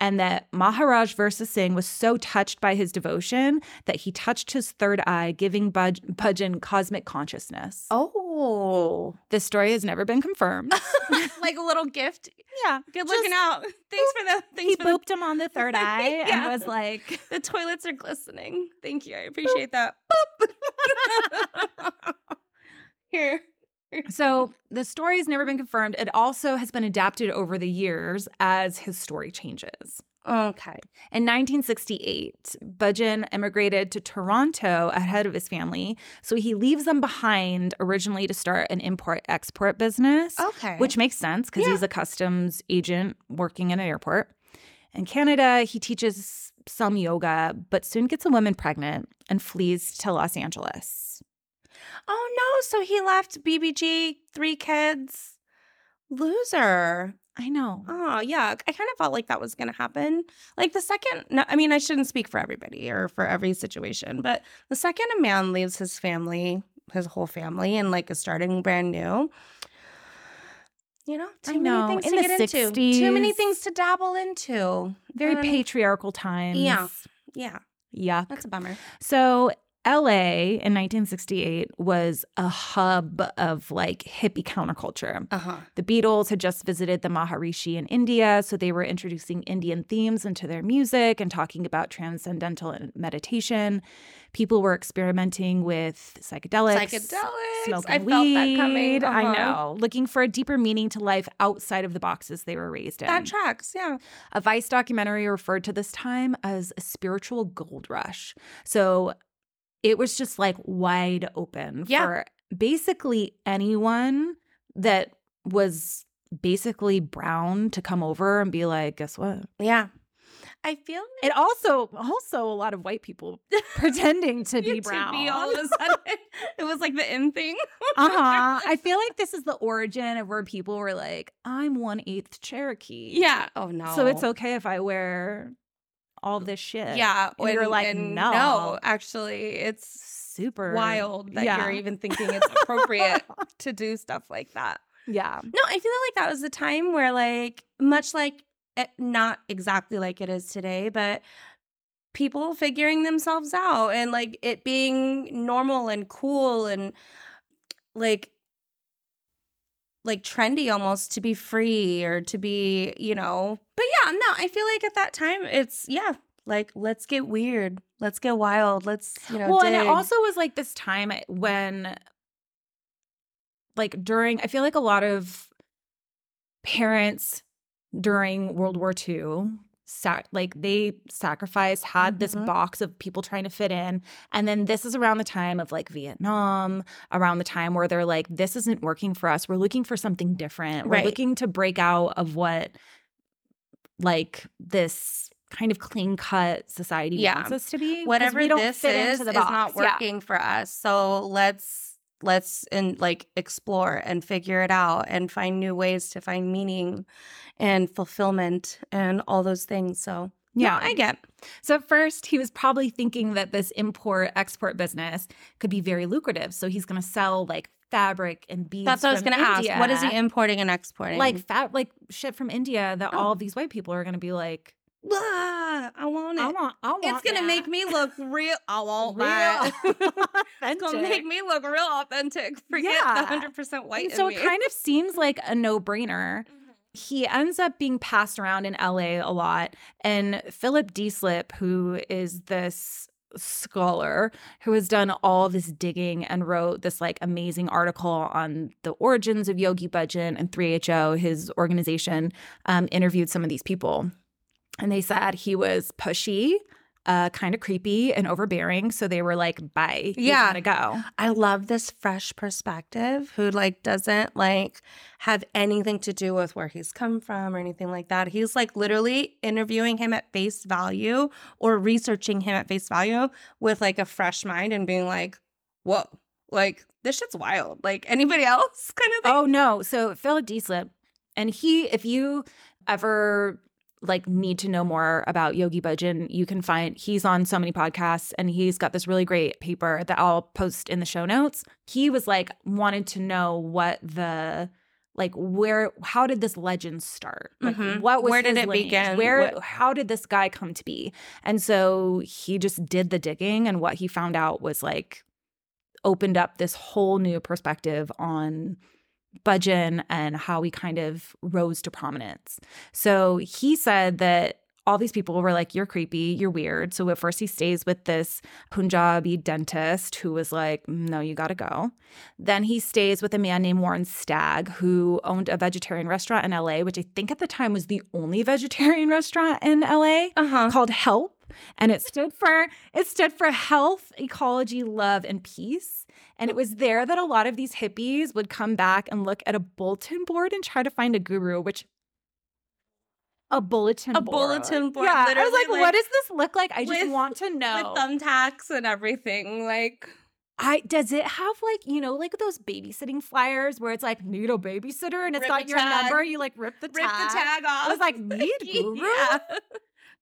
D: And that Maharaj Versa Singh was so touched by his devotion that he touched his third eye, giving Bhaj- Bhajan cosmic consciousness.
C: Oh,
D: This story has never been confirmed.
C: like a little gift.
D: yeah.
C: Good
D: Just-
C: looking out. (laughs) Thanks for the
D: He
C: thanks for the,
D: booped him on the
C: (laughs)
D: third eye
C: Yeah.
D: and was like,
C: the toilets are glistening. Thank you. I appreciate that. Boop. Here.
D: So the story has never been confirmed. It also has been adapted over the years as his story changes.
C: Okay.
D: In 1968, Budgen emigrated to Toronto ahead of his family. So he leaves them behind originally to start an import export business,
C: Okay.
D: which makes sense because
C: Yeah.
D: he's a customs agent working in an airport. In Canada, he teaches some yoga, but soon gets a woman pregnant and flees to Los Angeles.
C: Oh no! So he left BBG, three kids, loser.
D: I know.
C: Oh yeah, I kind of felt like that was gonna happen. Like the second, no, I mean, I shouldn't speak for everybody or for every situation, but the second a man leaves his family, his whole family, and like is starting brand new, you know,
D: I
C: too
D: know,
C: many things
D: in
C: to
D: the
C: get into, too many
D: 60s.
C: things to dabble into.
D: Very
C: Um,
D: patriarchal times.
C: yeah. Yeah,
D: Yeah.
C: that's a bummer.
D: So LA in 1968 was a hub of like hippie counterculture.
C: Uh huh.
D: The Beatles had just visited the Maharishi in India, so they were introducing Indian themes into their music and talking about transcendental meditation. People were experimenting with psychedelics.
C: Psychedelics.
D: Smoking
C: I felt that coming.
D: weed.
C: Uh-huh.
D: I know. Looking for a deeper meaning to life outside of the boxes they were raised in.
C: That tracks. Yeah.
D: A Vice documentary referred to this time as a spiritual gold rush. So it was just like wide open
C: Yeah.
D: for basically anyone that was basically brown to come over and be like, guess what?
C: Yeah. I feel
D: It also also a lot of white people (laughs) pretending (laughs) to be
C: you to
D: brown.
C: be all of a sudden. (laughs) it was like the end thing.
D: (laughs) uh-huh. I feel like this is the origin of where people were like, I'm one eighth Cherokee.
C: Yeah. Oh no.
D: So it's okay if I wear all this shit.
C: Yeah.
D: And you're like, no.
C: actually, it's
D: super
C: wild that
D: yeah.
C: you're even thinking it's (laughs) appropriate to do stuff like that.
D: yeah
C: No, I feel like that was the time where, like, much like it, not exactly like it is today, but people figuring themselves out and like it being normal and cool and like like trendy almost to be free or to be, you know. But yeah, no, I feel like at that time it's yeah, like let's get weird, let's get
D: Oh,
C: wild, let's you know.
D: well, and it
C: dig.
D: also was like this time when, like, during, I feel like a lot of parents during World War II, sac- like, they sacrificed, had this
C: Mhm.
D: box of people trying to fit in. And then this is around the time of like Vietnam, around the time where they're like, this isn't working for us. We're looking for something different. We're
C: Right.
D: looking to break out of what, like, this kind of clean cut society
C: Yeah.
D: wants us to be because
C: whatever
D: we don't
C: this
D: fit
C: is
D: into the
C: is
D: box.
C: not
D: Yeah.
C: working for us. So let's let's and like explore and figure it out and find new ways to find meaning and fulfillment and all those things. So
D: Yeah.
C: no, I get.
D: So at first, he was probably thinking that this import export business could be very lucrative. So he's going to sell like fabric and beads.
C: That's what I was
D: from
C: going to ask. What is he
D: India.
C: importing and exporting?
D: like? Fa- like shit from India that
C: Oh.
D: all these white people are going to be like,
C: "Ah, I want it.
D: I want, I want.
C: it's going to
D: that."
C: make me look real. I want
D: Real
C: that.
D: (laughs)
C: it's going to
D: authentic.
C: make me look real authentic. (laughs) Forget
D: Yeah.
C: the 100% white. Mm-hmm. in
D: So
C: me.
D: it kind of seems like a no-brainer. He ends up being passed around in LA a lot. And Philip Deeslip, who is this scholar who has done all this digging and wrote this like amazing article on the origins of Yogi Bhajan and 3HO, his organization, um, interviewed some of these people. And they said he was pushy, uh, kind of creepy and overbearing. So they were like, bye. You
C: Yeah.
D: gotta go.
C: I love this fresh perspective who like doesn't like have anything to do with where he's come from or anything like that. He's like literally interviewing him at face value or researching him at face value with like a fresh mind and being like, "Whoa, like this shit's wild." Like anybody else (laughs) kind of thing.
D: Oh no! So Philip Deeslip, and he, if you ever like need to know more about Yogi Bhajan, you can find he's on so many podcasts, and he's got this really great paper that I'll post in the show notes. He was like wanted to know what the like where how did this legend start? Like
C: Mhm.
D: what was
C: Where did
D: his
C: it
D: lineage?
C: begin?
D: Where
C: What-
D: how did this guy come to be? And so he just did the digging, and what he found out was like opened up this whole new perspective on Budgen and how he kind of rose to prominence. So he said that all these people were like, You're creepy, you're weird. So at first, he stays with this Punjabi dentist who was like, "Mm, No, you gotta go. Then he stays with a man named Warren Stagg, who owned a vegetarian restaurant in LA, which I think at the time was the only (laughs) vegetarian restaurant in LA
C: Uh-huh.
D: called HELP, and it stood for it stood for health, ecology, love, and peace. And it was there that a lot of these hippies would come back and look at a bulletin board and try to find a guru, which a bulletin
C: A
D: board.
C: bulletin board,
D: Yeah, I was
C: literally,
D: like,
C: like,
D: what Oh. does this look like? I just
C: with-
D: want to know.
C: With thumbtacks and everything, like
D: I does it have like you know like those babysitting flyers where it's like need a babysitter and it's
C: Rip
D: got
C: a
D: your
C: tag.
D: number. You like rip the
C: rip
D: tag.
C: the tag off.
D: I was
C: (laughs)
D: like, need guru.
C: Yeah.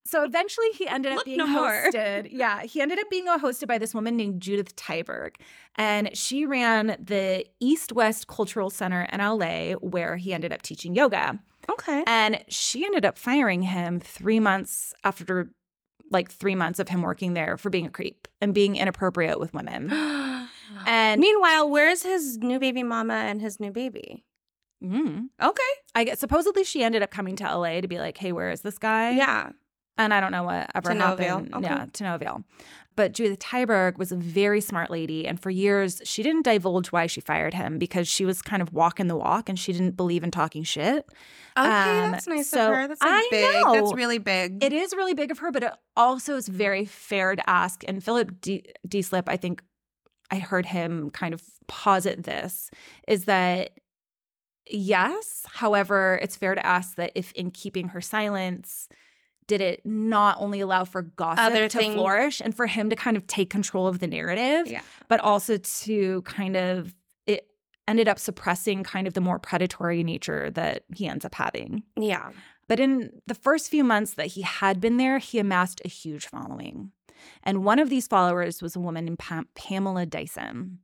D: So eventually he ended up
C: Look
D: being
C: no more. (laughs)
D: hosted. Yeah, he ended up being hosted by this woman named Judith Tyberg. And she ran the East West Cultural Center in LA, where he ended up teaching yoga. (laughs)
C: Okay. (laughs)
D: And she ended up firing him three months after like three months of him working there for being a creep and being inappropriate
C: (gasps)
D: with women. And
C: Meanwhile, where's his new baby mama and his new baby?
D: mm,
C: Okay.
D: I guess supposedly she ended up coming to LA to be like, hey, where is this guy?
C: Yeah.
D: and I don't know what ever
C: To no avail.
D: happened.
C: Okay.
D: Yeah, to no avail. But Judith Tyberg was a very smart lady, and for years she didn't divulge why she fired him because she was kind of walking the walk, and she didn't believe in talking shit.
C: Okay,
D: Um,
C: that's nice
D: so
C: of her. That's
D: I
C: like big. That's
D: know.
C: really big.
D: It is really big of her, but it also is very fair to ask. And Philip D. Slip, I think I heard him kind of posit this is that yes, however, it's fair to ask that if in keeping her silence, did it not only allow for gossip
C: Other
D: to
C: thing-
D: flourish and for him to kind of take control of the narrative,
C: Yeah.
D: but also to kind of it ended up suppressing kind of the more predatory nature that he ends up having.
C: yeah.
D: But in the first few months that he had been there, he amassed a huge following. And one of these followers was a woman named Pam- Pamela Dyson.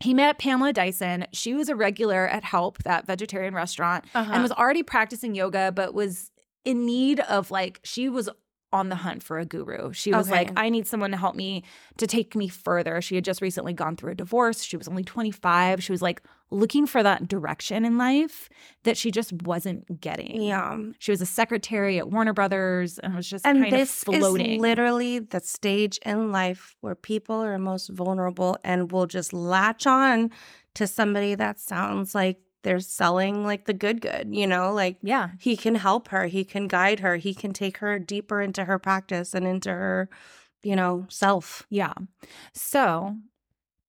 D: He met Pamela Dyson. She was a regular at Help, that vegetarian restaurant,
C: Uh-huh.
D: and was already practicing yoga, but was in need of like, she was on the hunt for a guru. She was
C: Okay.
D: like, I need someone to help me to take me further. She had just recently gone through a divorce. She was only 25. She was like looking for that direction in life that she just wasn't getting.
C: Yeah.
D: She was a secretary at Warner Brothers and was just
C: And
D: kind
C: this
D: of floating.
C: is literally the stage in life where people are most vulnerable and will just latch on to somebody that sounds like they're selling like the good good, you know, like
D: yeah.
C: he can help her, he can guide her, he can take her deeper into her practice and into her, you know, self.
D: Yeah. So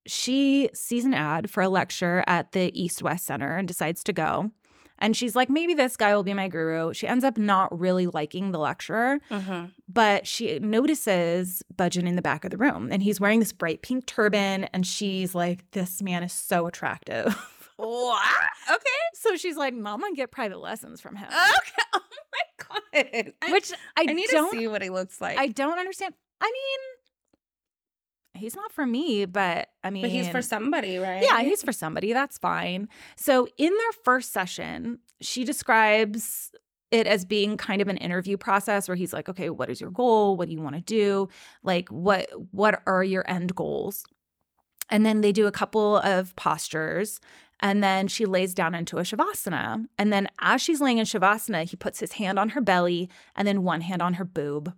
D: she sees an ad for a lecture at the East West Center and decides to go. And she's like, maybe this guy will be my guru. She ends up not really liking the lecturer,
C: Mm-hmm.
D: but she notices Budgeon in the back of the room. And he's wearing this bright pink turban. And she's like, this man is so attractive. (laughs)
A: What? Okay.
D: so she's like, Mama, get private lessons from him.
A: Okay. Oh my god. I-
D: Which I,
C: Ah, I need
D: don't
C: to see what he looks like.
D: I don't understand. I mean, he's not for me, but I mean,
C: but he's for somebody, right?
D: Yeah, he's for somebody. That's fine. So, in their first session, she describes it as being kind of an interview process where he's like, "Okay, what is your goal? What do you want to do? Like what what are your end goals?" And then they do a couple of postures and then she lays down into a shavasana. And then as she's laying in shavasana, he puts his hand on her belly and then one hand on her boob.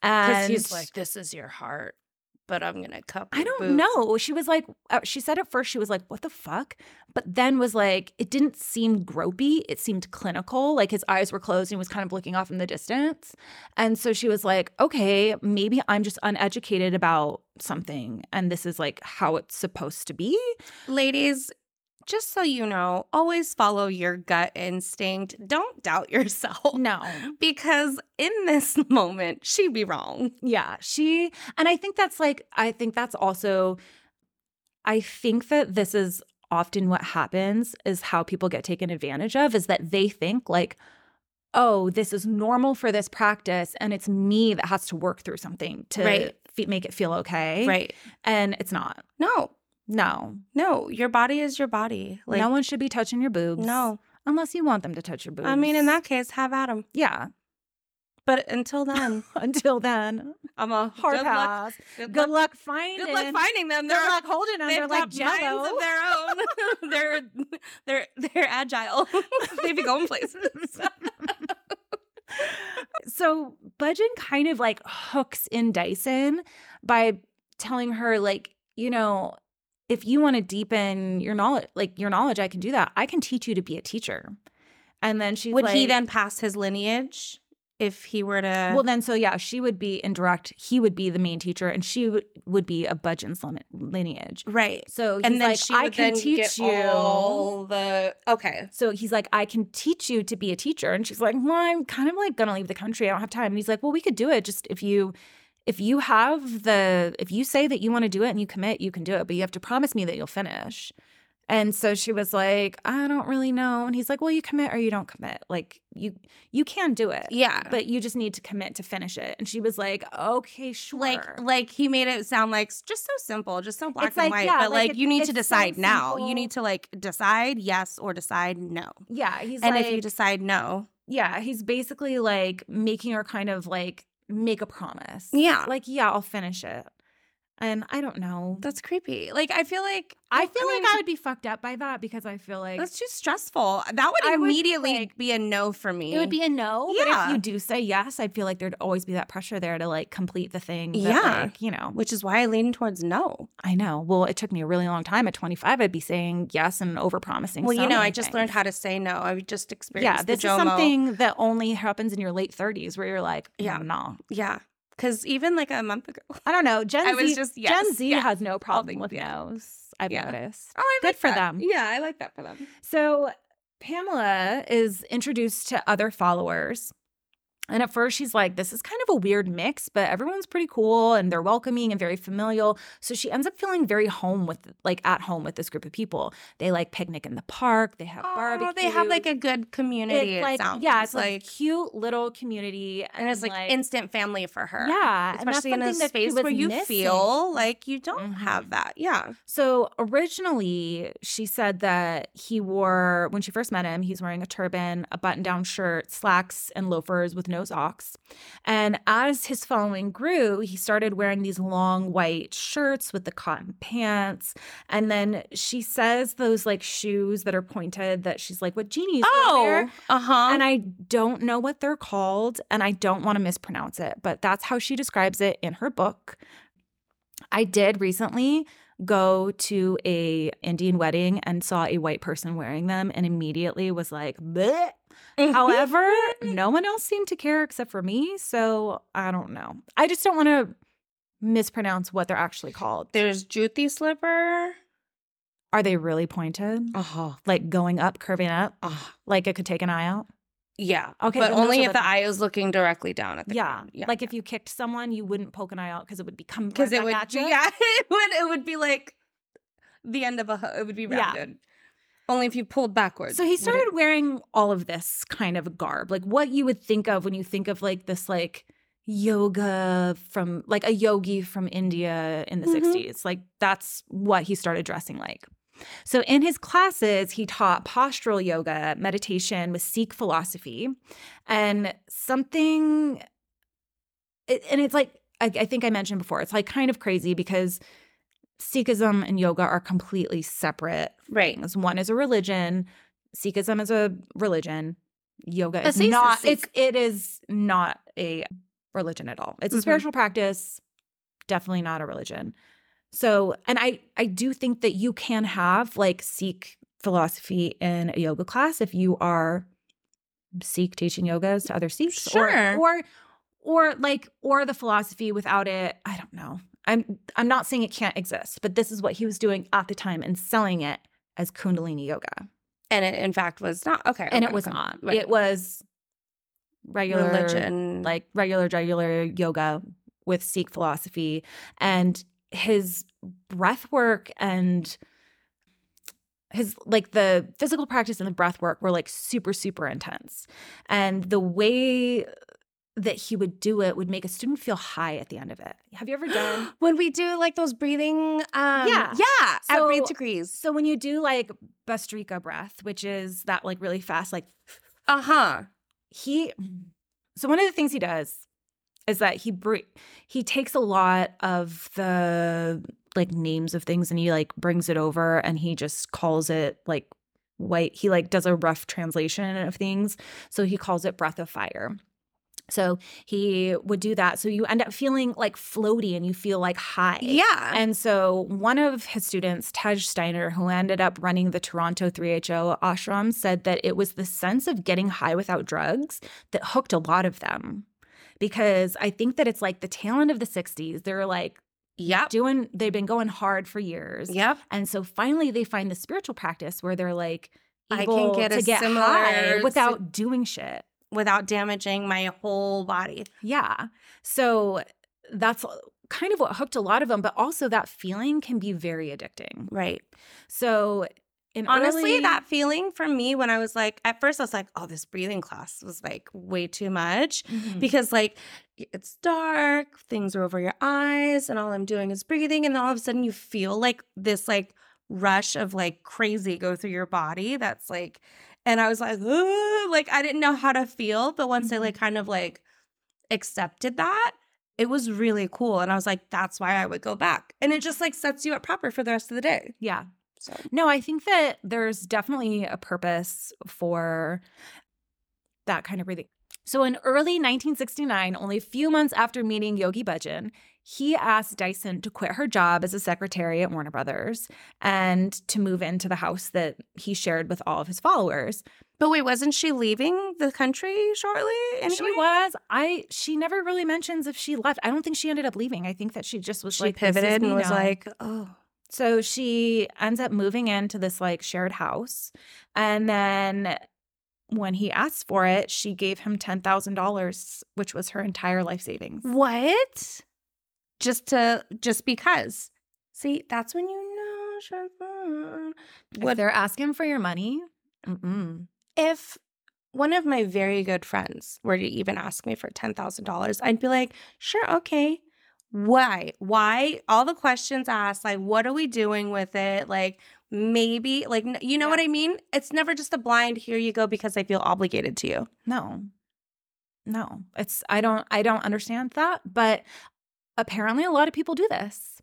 C: Because
D: And
C: he's like, this is your heart, but I'm going to cup
D: I
C: your
D: don't
C: boobs."
D: know. She was like, uh, she said at first, she was like, what the fuck? But then was like, it didn't seem gropey. It seemed clinical. Like his eyes were closed and he was kind of looking off in the distance. And so she was like, okay, maybe I'm just uneducated about something. And this is like how it's supposed to be.
C: Ladies, just so you know, always follow your gut instinct. Don't doubt yourself.
D: No.
C: Because in this (laughs) moment, she'd be wrong.
D: Yeah. She, and I think that's like, I think that's also, I think that this is often what happens is how people get taken advantage of is that they think like, oh, this is normal for this practice and it's me that has to work through something to
C: Right.
D: fe- make it feel okay. And it's not.
C: No,
D: No.
C: no, your body is your body. Like,
D: no one should be touching your boobs.
C: no.
D: Unless you want them to touch your boobs.
C: I mean, in that case, have at 'em.
D: Yeah.
C: But (laughs) until (laughs) then,
D: Until then,
C: I'm a
D: hard
C: good luck.
D: pass.
C: Good,
D: Good
C: luck.
D: luck finding.
C: Good luck finding them.
D: Good
C: They're
D: luck holding them.
C: They've
D: They're like
C: got minds
D: jello.
C: of their
D: (laughs)
C: own. (laughs) they're they're they're agile. (laughs) they be going places.
D: so Budgeon kind of like hooks in Dyson by telling her like, you know, if you want to deepen your knowledge, like your knowledge, I can do that. I can teach you to be a teacher. And then she's
C: Would he
D: like-
C: then pass his lineage if he were to?
D: Well, then, so yeah, she would be indirect. He would be the main teacher, and she would would be a Budgeon's lin- lineage.
C: right.
D: So he's
C: Mm. And then
D: like,
C: she
D: I
C: would
D: can
C: then
D: teach
C: get
D: you.
C: all the okay.
D: So he's like, I can teach you to be a teacher. And she's like, Well, I'm kind of like gonna leave the country. I don't have time. And he's like, Well, we could do it just if you if you have the if you say that you want to do it and you commit, you can do it, but you have to promise me that you'll finish. And so she was like, I don't really know. And he's like, Well, you commit or you don't commit. Like you you can do it.
C: Yeah.
D: But you just need to commit to finish it. And she was like, Okay, sure.
C: like like he made it sound like s- just so simple, just so black
D: It's
C: and
D: like,
C: white.
D: yeah,
C: but
D: like,
C: like
D: it-
C: you need
D: it's
C: to
D: so
C: decide now.
D: simple.
C: You need to like decide yes or decide no.
D: yeah, he's
C: and
D: like
C: if you decide no,
D: Yeah, he's basically like making her kind of like make a promise.
C: Yeah.
D: Like, yeah, I'll finish it. And I don't know.
C: that's creepy. Like I feel like
D: I feel
C: mean,
D: like I would be fucked up by that because I feel like
C: that's too stressful. That would
D: I would,
C: immediately
D: like-
C: be a no for me.
D: it would be a no. "Oh, But
C: Yeah.
D: if you do say yes, I'd feel like there'd always be that pressure there to like complete the thing. that,
C: Yeah.
D: like, you know,
C: which is why I lean towards no.
D: I know. Well, it took me a really long time. At 25, I'd be saying yes and over promising.
C: Well, you know, I just learned how to say no. I just experienced
D: Yeah, this
C: the
D: is
C: JOMO.
D: something that only happens in your late 30s where you're like, yeah,
C: Yeah.
D: no.
C: Yeah, because even like a month ago,
D: I don't know. Gen
C: I
D: Z
C: was just yes,
D: Gen Z
C: yeah.
D: has no problem
C: think,
D: with
C: yeah.
D: no's. I've
C: Yeah.
D: noticed.
C: Oh, I
D: Good
C: like
D: for
C: that.
D: them.
C: Yeah, I like that for them.
D: So Pamela is introduced to other followers. And at first, she's like, this is kind of a weird mix, but everyone's pretty cool and they're welcoming and very familial. So she ends up feeling very home with, like, at home with this group of people. They like picnic in the park, they have barbecue.
C: Oh, they have like a good community.
D: it's
C: It
D: like,
C: sounds
D: yeah, it's like,
C: like,
D: cute little community.
C: and it's like, instant family for her.
D: yeah, and that's
C: especially in a
D: something that she
C: space
D: was
C: where you
D: missing.
C: feel like you don't
D: Mhm.
C: have that. Yeah,
D: So originally, she said that he wore, when she first met him, he's wearing a turban, a button down shirt, slacks, and loafers with nose ox. And as his following grew, he started wearing these long white shirts with the cotton pants. And then she says those like shoes that are pointed that she's like, what genies? would wear.
F: Oh,
C: Uh huh.
D: And I don't know what they're called, and I don't want to mispronounce it, but that's how she describes it in her book. I did recently go to a Indian wedding and saw a white person wearing them and immediately was like, Bleh.
C: Mm-hmm.
D: however, no one else seemed to care except for me, so I don't know. I just don't want to mispronounce what they're actually called.
C: There's Juthi slipper.
D: Are they really pointed?
C: Uh huh.
D: Like going up, curving up,
C: Uh,
D: like it could take an eye out?
C: yeah.
D: Okay,
C: But
D: then those
C: only
D: are
C: if
D: the-
C: the eye is looking directly down at the
D: yeah.
C: ground.
D: Like if you kicked someone, you wouldn't poke an eye out because it would become
C: because it would
D: at
C: (laughs)
D: you.
C: yeah it would it would be like the end of a ho- it would be
D: Yeah.
C: rounded. Only if you pulled backwards.
D: So he
C: would it-
D: started wearing all of this kind of garb, like what you would think of when you think of like this like yoga from like a yogi from India in the
C: Mhm.
D: 60s. Like that's what he started dressing like. So in his classes, he taught postural yoga, meditation with Sikh philosophy, and something it, and it's like I, I think I mentioned before, it's like kind of crazy because Sikhism and yoga are completely separate
C: right.
D: things. One is a religion. Sikhism is a religion. Yoga
C: But
D: is
C: Sikhs are
D: not.
C: Sikh.
D: It's it is not a religion at all. It's a
C: Mhm.
D: spiritual practice. Definitely not a religion. So, and I I do think that you can have like Sikh philosophy in a yoga class if you are Sikh teaching yogas to other Sikhs,
C: Sure.
D: or or or like or the philosophy without it. I don't know. I'm I'm not saying it can't exist, but this is what he was doing at the time and selling it as Kundalini yoga.
C: And it in fact was not okay.
D: And
C: okay,
D: it was
C: okay.
D: not.
C: Right.
D: It was regular
C: religion.
D: like regular regular yoga with Sikh philosophy and his breath work and his like the physical practice and the breath work were like super super intense. And the way that he would do it would make a student feel high at the end of it. Have you ever done
A: (gasps)
C: when we do like those breathing um
D: Yeah.
C: yeah
D: So-
C: at breathe degrees.
D: So when you do like Bastrika breath, which is that like really fast, like
C: Uh-huh.
D: he. So one of the things he does is that he br- he takes a lot of the like names of things and he like brings it over and he just calls it like white. He like does a rough translation of things, so he calls it breath of fire. So he would do that. So you end up feeling like floaty and you feel like high.
C: Yeah.
D: And so one of his students, Tej Steiner, who ended up running the Toronto 3HO ashram, said that it was the sense of getting high without drugs that hooked a lot of them. Because I think that it's like the tail end of the 60s. They're like
C: Yep.
D: doing, they've been going hard for years.
C: Yep.
D: And so finally they find the spiritual practice where they're like,
C: I can
D: able
C: get a
D: to get
C: similar-
D: high without doing shit.
C: Without damaging my whole body.
D: Yeah. So that's kind of what hooked a lot of them, but also that feeling can be very addicting.
C: Right.
D: So, in
C: Honestly,
D: early-
C: that feeling for me when I was like, at first I was like, oh, this breathing class was like way too much.
D: Mhm.
C: because like it's dark things are over your eyes and all i'm doing is breathing and then all of a sudden you feel like this like rush of like crazy go through your body that's like and i was like "Ooh," like i didn't know how to feel but once i like kind of like accepted that it was really cool and i was like that's why i would go back and it just like sets you up proper for the rest of the day
D: yeah.
C: so
D: No, I think that there's definitely a purpose for that kind of breathing. So, in early 1969, only a few months after meeting Yogi Bhajan, he asked Dyson to quit her job as a secretary at Warner Brothers and to move into the house that he shared with all of his followers.
C: but wait wasn't she leaving the country shortly anyway?
D: She was. I. She never really mentions if she left. I don't think she ended up leaving. I think that she just was
C: she
D: like this is
C: pivoted
D: me
C: and was
D: now.
C: like oh
D: So she ends up moving into this like shared house, and then when he asked for it, she gave him ten thousand dollars, which was her entire life savings.
C: What? Just to just because. See, that's when you know. Siobhan.
D: If
C: What
D: they're asking for your money, mm-mm.
C: if one of my very good friends were to even ask me for ten thousand dollars? I'd be like, sure, okay. Why? Why? All the questions asked. Like, what are we doing with it? Like, maybe. Like, n- you know
D: Yeah.
C: what I mean? It's never just a blind. Here you go because I feel obligated to you.
D: no. no it's i don't i don't understand that but apparently a lot of people do this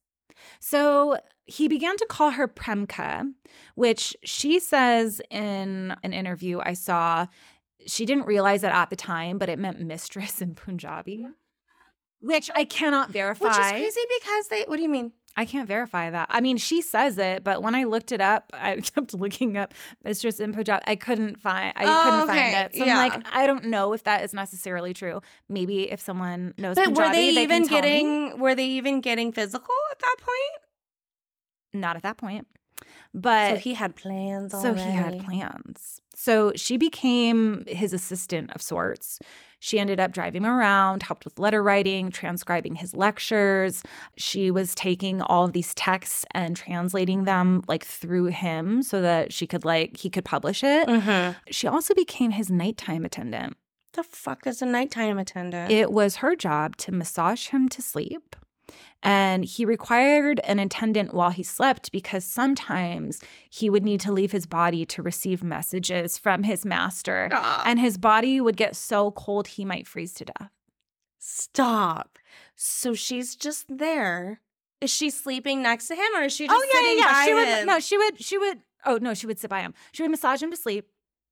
D: so he began to call her premka which she says in an interview i saw she didn't realize it at the time but it meant mistress in punjabi which i cannot verify
C: Which is crazy because they. What do you mean?
D: I can't verify that. I mean, she says it, but when I looked it up, (laughs) I kept looking up Mistress in Punjab. I couldn't find. I
C: Oh,
D: couldn't
C: okay.
D: find it. So
C: Yeah.
D: I'm like, I don't know if that is necessarily true. Maybe if someone knows
C: But
D: Punjabi,
C: were they,
D: can
C: even
D: tell me.
C: getting? Were they even getting physical at that point?
D: Not at that point, but
C: so he had plans.
D: So he had
C: already.
D: plans. So she became his assistant of sorts. She ended up driving him around, helped with letter writing, transcribing his lectures. She was taking all of these texts and translating them like through him so that she could like he could publish it.
C: Mhm.
D: She also became his nighttime attendant.
C: The fuck is a nighttime attendant?
D: It was her job to massage him to sleep. And he required an attendant while he slept because sometimes he would need to leave his body to receive messages from his master.
C: Ah.
D: And his body would get so cold he might freeze to death.
C: Stop. So she's just there. Is she sleeping next to him, or is she
D: Oh,
C: just sitting by
D: She
C: him?
D: would no, she would she would oh no, she would sit by him. She would massage him to sleep.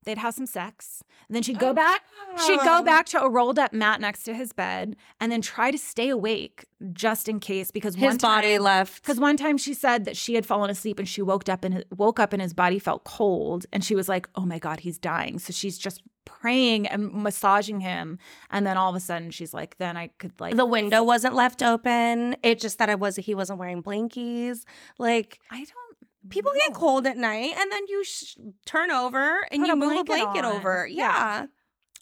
D: They'd have some sex. And then she'd go back She'd go
C: Oh.
D: back to a rolled up mat next to his bed and then try to stay awake just in case because
C: His
D: one
C: body left.
D: Because one time she said that she had fallen asleep and she woke up and his, woke up and his body felt cold and she was like, "Oh my god, he's dying." So she's just praying and massaging him, and then all of a sudden she's like, "Then I could like
C: the window wasn't left open. It just that it was he wasn't wearing blankies. Like
D: I don't
C: people get cold at night, and then you sh- turn over and
D: Put
C: you
D: a
C: move a
D: blanket
C: blanket
D: on.
C: over.
D: Yeah.
C: Yeah.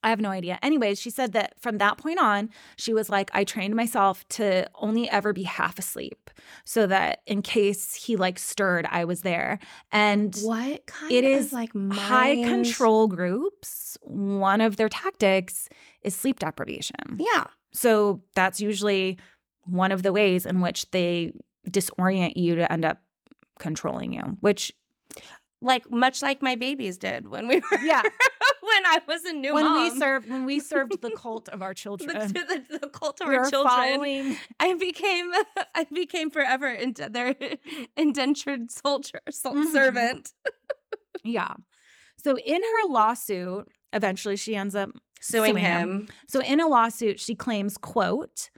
D: I have no idea. Anyways, she said that from that point on, she was like, I trained myself to only ever be half asleep so that in case he like stirred, I was there. And
C: What kind?
D: It is
C: like
D: high
C: mind-
D: control groups, one of their tactics is sleep deprivation.
C: Yeah.
D: So that's usually one of the ways in which they disorient you to end up controlling you, which
C: Like much like my babies did when we were
D: yeah,
C: (laughs) when I was a new
D: when
C: mom.
D: we served when we served the cult of
C: (laughs)
D: our
C: the,
D: children.
C: the, the cult of
D: we
C: our
D: were
C: children.
D: following
C: (laughs) I became (laughs) I became forever ind- their (laughs) indentured soldier, sol-
D: Mhm.
C: servant.
D: Yeah. So in her lawsuit, eventually she ends up
C: Suing,
D: Suing him.
C: him.
D: so in a lawsuit, she claims, quote,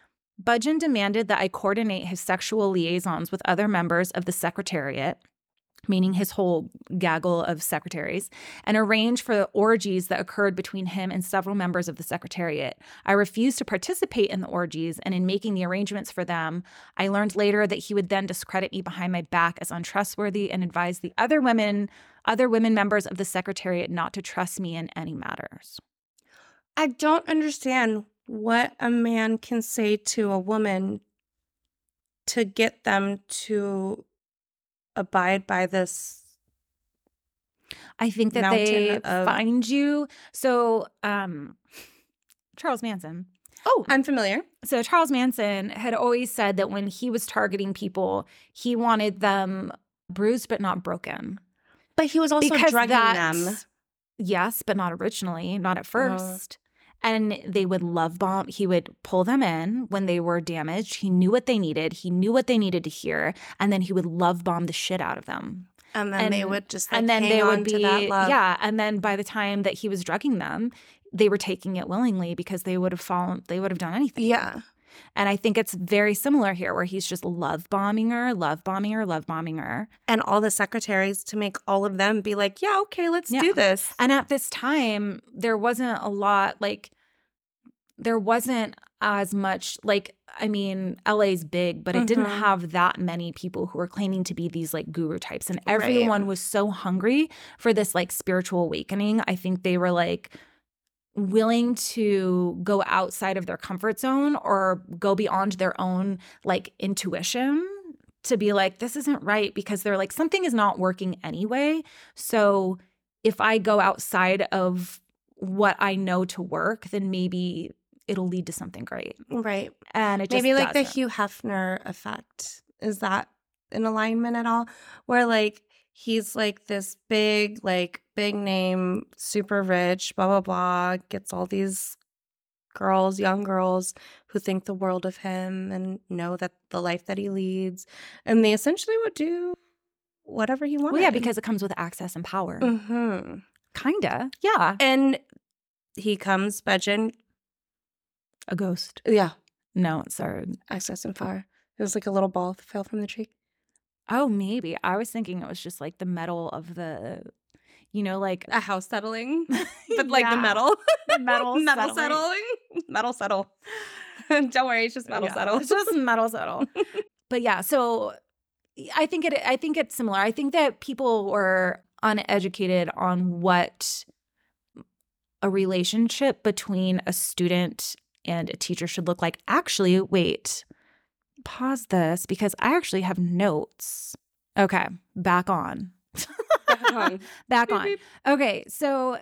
D: Budgeon demanded that I coordinate his sexual liaisons with other members of the secretariat, meaning his whole gaggle of secretaries, and arrange for the orgies that occurred between him and several members of the secretariat. I refused to participate in the orgies, and in making the arrangements for them, I learned later that he would then discredit me behind my back as untrustworthy and advised the other women, other women members of the secretariat not to trust me in any matters.
C: I don't understand what a man can say to a woman to get them to abide by this.
D: I think that
C: Mountain
D: they
C: of-
D: find you. So, um, Charles Manson.
C: Oh, I'm familiar.
D: So, Charles Manson had always said that when he was targeting people, he wanted them bruised but not broken.
C: But he was also drugging
D: that's-
C: them.
D: Yes, but not originally, not at first. And they would love bomb. He would pull them in when they were damaged. He knew what they needed. He knew what they needed to hear. And then he would love bomb the shit out of them.
C: And then they
D: and-
C: would just like
D: and then
C: hang
D: they
C: on
D: would be
C: to that love.
D: yeah and then by the time that he was drugging them they were taking it willingly because they would have fallen they would have done anything
C: Yeah.
D: and i think it's very similar here where he's just love bombing her love bombing her love bombing her
C: And all the secretaries to make all of them be like, yeah, okay, let's
D: Yeah.
C: do this.
D: and at this time there wasn't a lot like there wasn't as much like i mean la's big but it didn't
B: Mm-hmm.
C: Mhm.
D: have that many people who were claiming to be these like guru types and everyone was so hungry for this like spiritual awakening i think they were like willing to go outside of their comfort zone or go beyond their own like intuition to be like this isn't right because they're like something is not working anyway so if i go outside of what i know to work then maybe it'll lead to something great
C: Right.
D: and it just
C: Maybe like the
D: doesn't.
C: Hugh Hefner effect. Is that in alignment at all? Where like he's like this big, like big name, super rich, blah, blah, blah, gets all these girls, young girls who think the world of him and know that the life that he leads, and they essentially would do whatever he wanted.
B: Well, yeah, because it comes with access and power.
C: hmm
B: Kinda. Yeah.
C: and he comes, Budgen.
B: A ghost.
C: Yeah,
B: No, it's our.
C: access and power. It was like a little ball that fell from the tree.
B: Oh, maybe. I was thinking it was just like the metal of the, you know, like
C: A house (laughs) settling, but like the
B: Yeah.
C: metal,
B: The
C: (laughs)
B: metal
C: metal
B: settling.
C: settling, (laughs) metal settle. Don't worry, it's just metal
B: Yeah,
C: settle. (laughs)
B: It's just metal settle. but yeah, so I think it I think it's similar. I think that people were uneducated on what a relationship between a student and a teacher should look like. Actually, wait. Pause this because I actually have notes. Okay, back on.
C: Back on.
B: Back on. Okay, so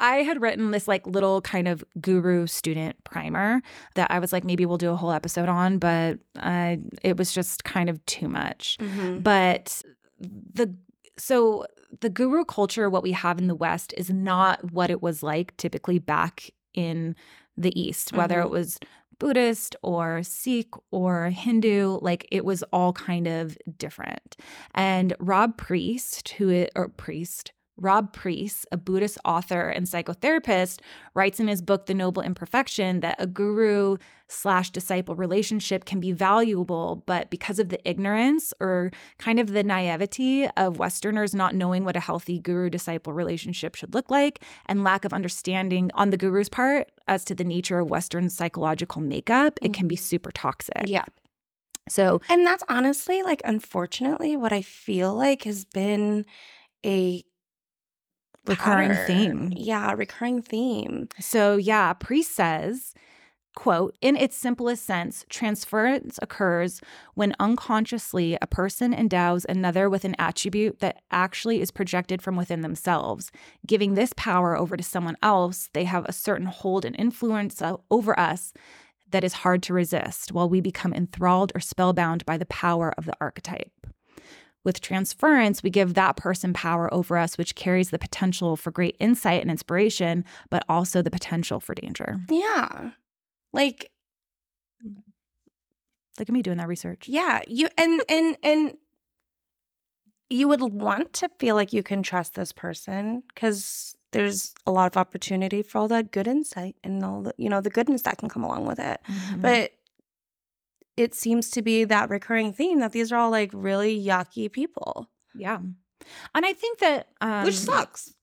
B: I had written this like little kind of guru student primer that I was like maybe we'll do a whole episode on, but uh, it was just kind of too much.
C: Mhm.
B: But the so the guru culture what we have in the West is not what it was like typically back in the East, whether
C: Mhm.
B: it was Buddhist or Sikh or Hindu, like it was all kind of different. And Rob Priest, who is, or Priest, Rob Priest, a Buddhist author and psychotherapist, writes in his book, The Noble Imperfection, that a guru slash disciple relationship can be valuable, but because of the ignorance or kind of the naivety of Westerners not knowing what a healthy guru disciple relationship should look like and lack of understanding on the guru's part as to the nature of Western psychological makeup, it can be super toxic.
C: Yeah.
B: So,
C: And that's honestly, like, unfortunately, what I feel like has been a
B: Recurring
C: pattern.
B: theme.
C: Yeah, a recurring theme.
B: So, yeah, Priest says, quote, in its simplest sense, transference occurs when unconsciously a person endows another with an attribute that actually is projected from within themselves. Giving this power over to someone else, they have a certain hold and influence o- over us that is hard to resist, while we become enthralled or spellbound by the power of the archetype. With transference, we give that person power over us, which carries the potential for great insight and inspiration, but also the potential for danger.
C: Yeah. Like,
B: Look at me doing that research.
C: yeah, you and and and you would want to feel like you can trust this person because there's a lot of opportunity for all that good insight and all the you know the goodness that can come along with it.
B: Mm-hmm.
C: But it seems to be that recurring theme that these are all like really yucky people,
B: yeah. And I think that um,
C: which sucks.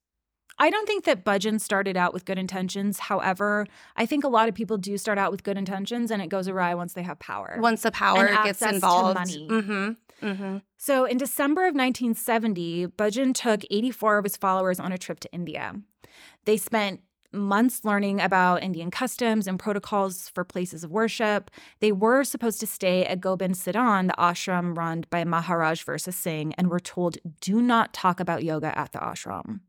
B: I don't think that Budgeon started out with good intentions. However, I think a lot of people do start out with good intentions and it goes awry once they have power.
C: once the power
B: and
C: gets
B: access to
C: involved.
B: money.
C: Mm-hmm. Mm-hmm.
B: So in December of 1970, Bhajan took 84 of his followers on a trip to India. They spent months learning about Indian customs and protocols for places of worship. They were supposed to stay at Gobind Sidon, the ashram run by Maharaj Versa Singh, and were told, do not talk about yoga at the ashram.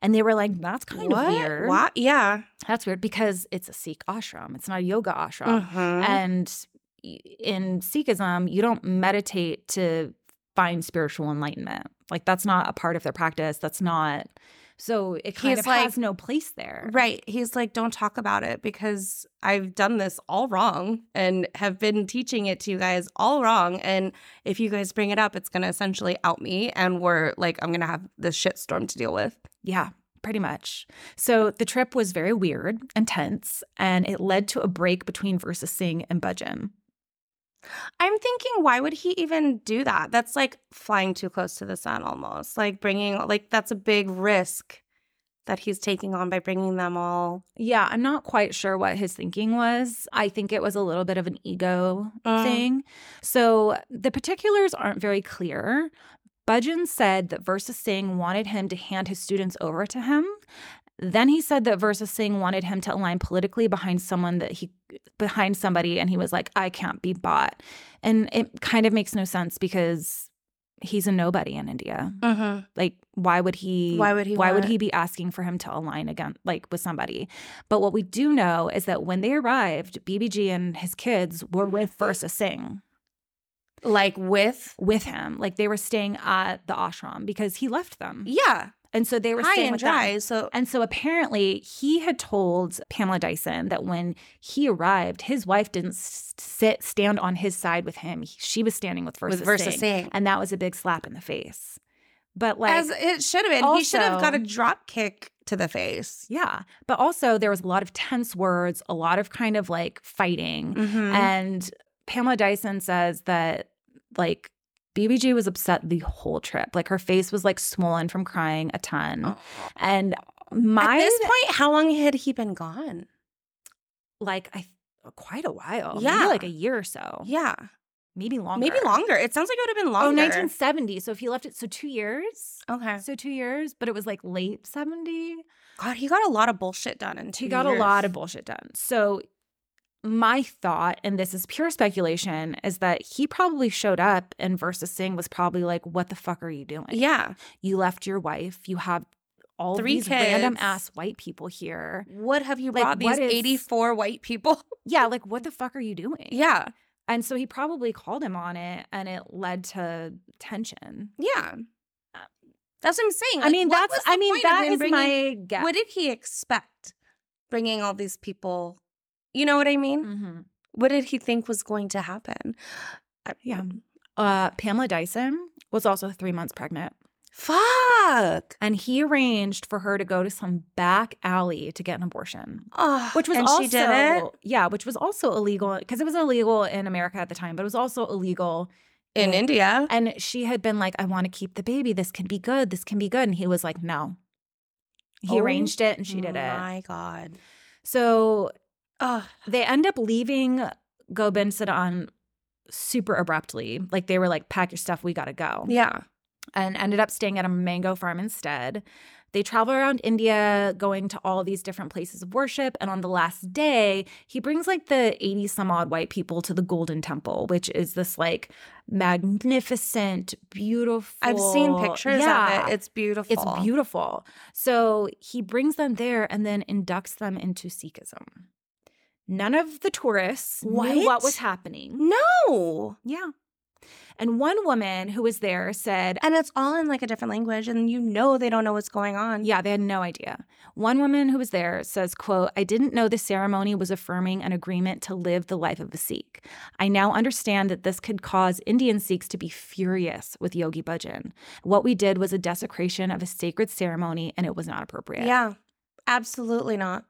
B: And they were like, that's kind
C: what?
B: of weird.
C: Why- Yeah.
B: That's weird because it's a Sikh ashram. It's not a yoga ashram.
C: Mhm.
B: And y- in Sikhism, you don't meditate to find spiritual enlightenment. Like that's not a part of their practice. That's not. So it kind
C: He's
B: of
C: like-
B: has no place there.
C: right. He's like, don't talk about it because I've done this all wrong and have been teaching it to you guys all wrong. And if you guys bring it up, it's going to essentially out me. And we're like, I'm going to have this shitstorm to deal with.
B: Yeah, pretty much. So the trip was very weird and tense, and it led to a break between Versa Singh and Bhajan.
C: I'm thinking, why would he even do that? That's like flying too close to the sun almost. Like bringing, like, that's a big risk that he's taking on by bringing them all
B: Yeah, I'm not quite sure what his thinking was. I think it was a little bit of an ego
C: Mm.
B: thing. So the particulars aren't very clear. Budgeon said that Versa Singh wanted him to hand his students over to him. Then he said that Versa Singh wanted him to align politically behind someone that he behind somebody and he was like, I can't be bought. And it kind of makes no sense because he's a nobody in India.
C: Mm-hmm.
B: Like, why would he?
C: Why would he
B: Why would
C: want-
B: he be asking for him to align again, like with somebody? But what we do know is that when they arrived, BBG and his kids were with Versa Singh
C: Like with
B: with him. Like they were staying at the ashram because he left them.
C: yeah,
B: And so they were
C: high
B: staying
C: and
B: with them.
C: dry. So
B: And so apparently he had told Pamela Dyson that when he arrived, his wife didn't s- sit stand on his side with him. She was standing with Versus,
C: with versus
B: Singh.
C: saying,
B: and that was a big slap in the face. But like
C: as it should have been, he should have
B: also-
C: got a drop kick to the face.
B: yeah, but also there was a lot of tense words, a lot of kind of like fighting.
C: Mhm.
B: And Pamela Dyson says that like BBG was upset the whole trip. Like her face was like swollen from crying a ton.
C: Oh.
B: And my
C: At this point, how long had he been gone?
B: like I uh, quite a while.
C: Yeah.
B: Maybe like a year or so.
C: Yeah,
B: Maybe longer.
C: maybe longer. It sounds like it would have been longer.
B: Oh, 1970. So if he left it so 2 years.
C: Okay.
B: So 2 years, but it was like late 70.
C: God, he got a lot of bullshit done in two
B: He got
C: years.
B: a lot of bullshit done. So my thought, and this is pure speculation, is that he probably showed up and Versus Singh was probably like, "What the fuck are you doing?
C: Yeah.
B: you left your wife. You have all
C: Three
B: these random
C: kids.
B: ass white people here.
C: What have you
B: Like,
C: brought
B: what
C: these
B: is-
C: 84 white people? (laughs)
B: Yeah, like what the fuck are you doing?
C: yeah.
B: and so he probably called him on it, and it led to tension.
C: Yeah. That's what I'm saying.
B: I
C: Like,
B: mean,
C: what
B: that's
C: was the
B: I mean
C: point of
B: that
C: him
B: is
C: bringing-
B: my guess.
C: What did he expect bringing all these people? You know what I mean?
B: Mhm.
C: What did he think was going to happen? I-
B: Yeah. Uh, Pamela Dyson was also three months pregnant.
C: Fuck.
B: and he arranged for her to go to some back alley to get an abortion
C: Oh,
B: which was
C: and
B: also
C: she did it
B: yeah which was also illegal because it was illegal in america at the time but it was also illegal
C: in India.
B: and she had been like i want to keep the baby this can be good this can be good and he was like no he
C: Oh
B: arranged it and she did it
C: My God.
B: so
C: Oh,
B: they end up leaving gobind Sedan super abruptly like they were like pack your stuff we gotta go
C: yeah.
B: and ended up staying at a mango farm instead. They travel around India, going to all these different places of worship. And on the last day, he brings like the 80 some odd white people to the Golden Temple, which is this like magnificent, beautiful.
C: I've seen pictures
B: Yeah.
C: of it. It's beautiful.
B: It's beautiful. So he brings them there and then inducts them into Sikhism. None of the tourists knew
C: What?
B: what was happening.
C: No.
B: Yeah. And one woman who was there said,
C: And it's all in like a different language, and you know they don't know what's going on.
B: Yeah, they had no idea. One woman who was there says, quote, I didn't know the ceremony was affirming an agreement to live the life of a Sikh. I now understand that this could cause Indian Sikhs to be furious with Yogi Bhajan. What we did was a desecration of a sacred ceremony and it was not appropriate.
C: Yeah, absolutely not.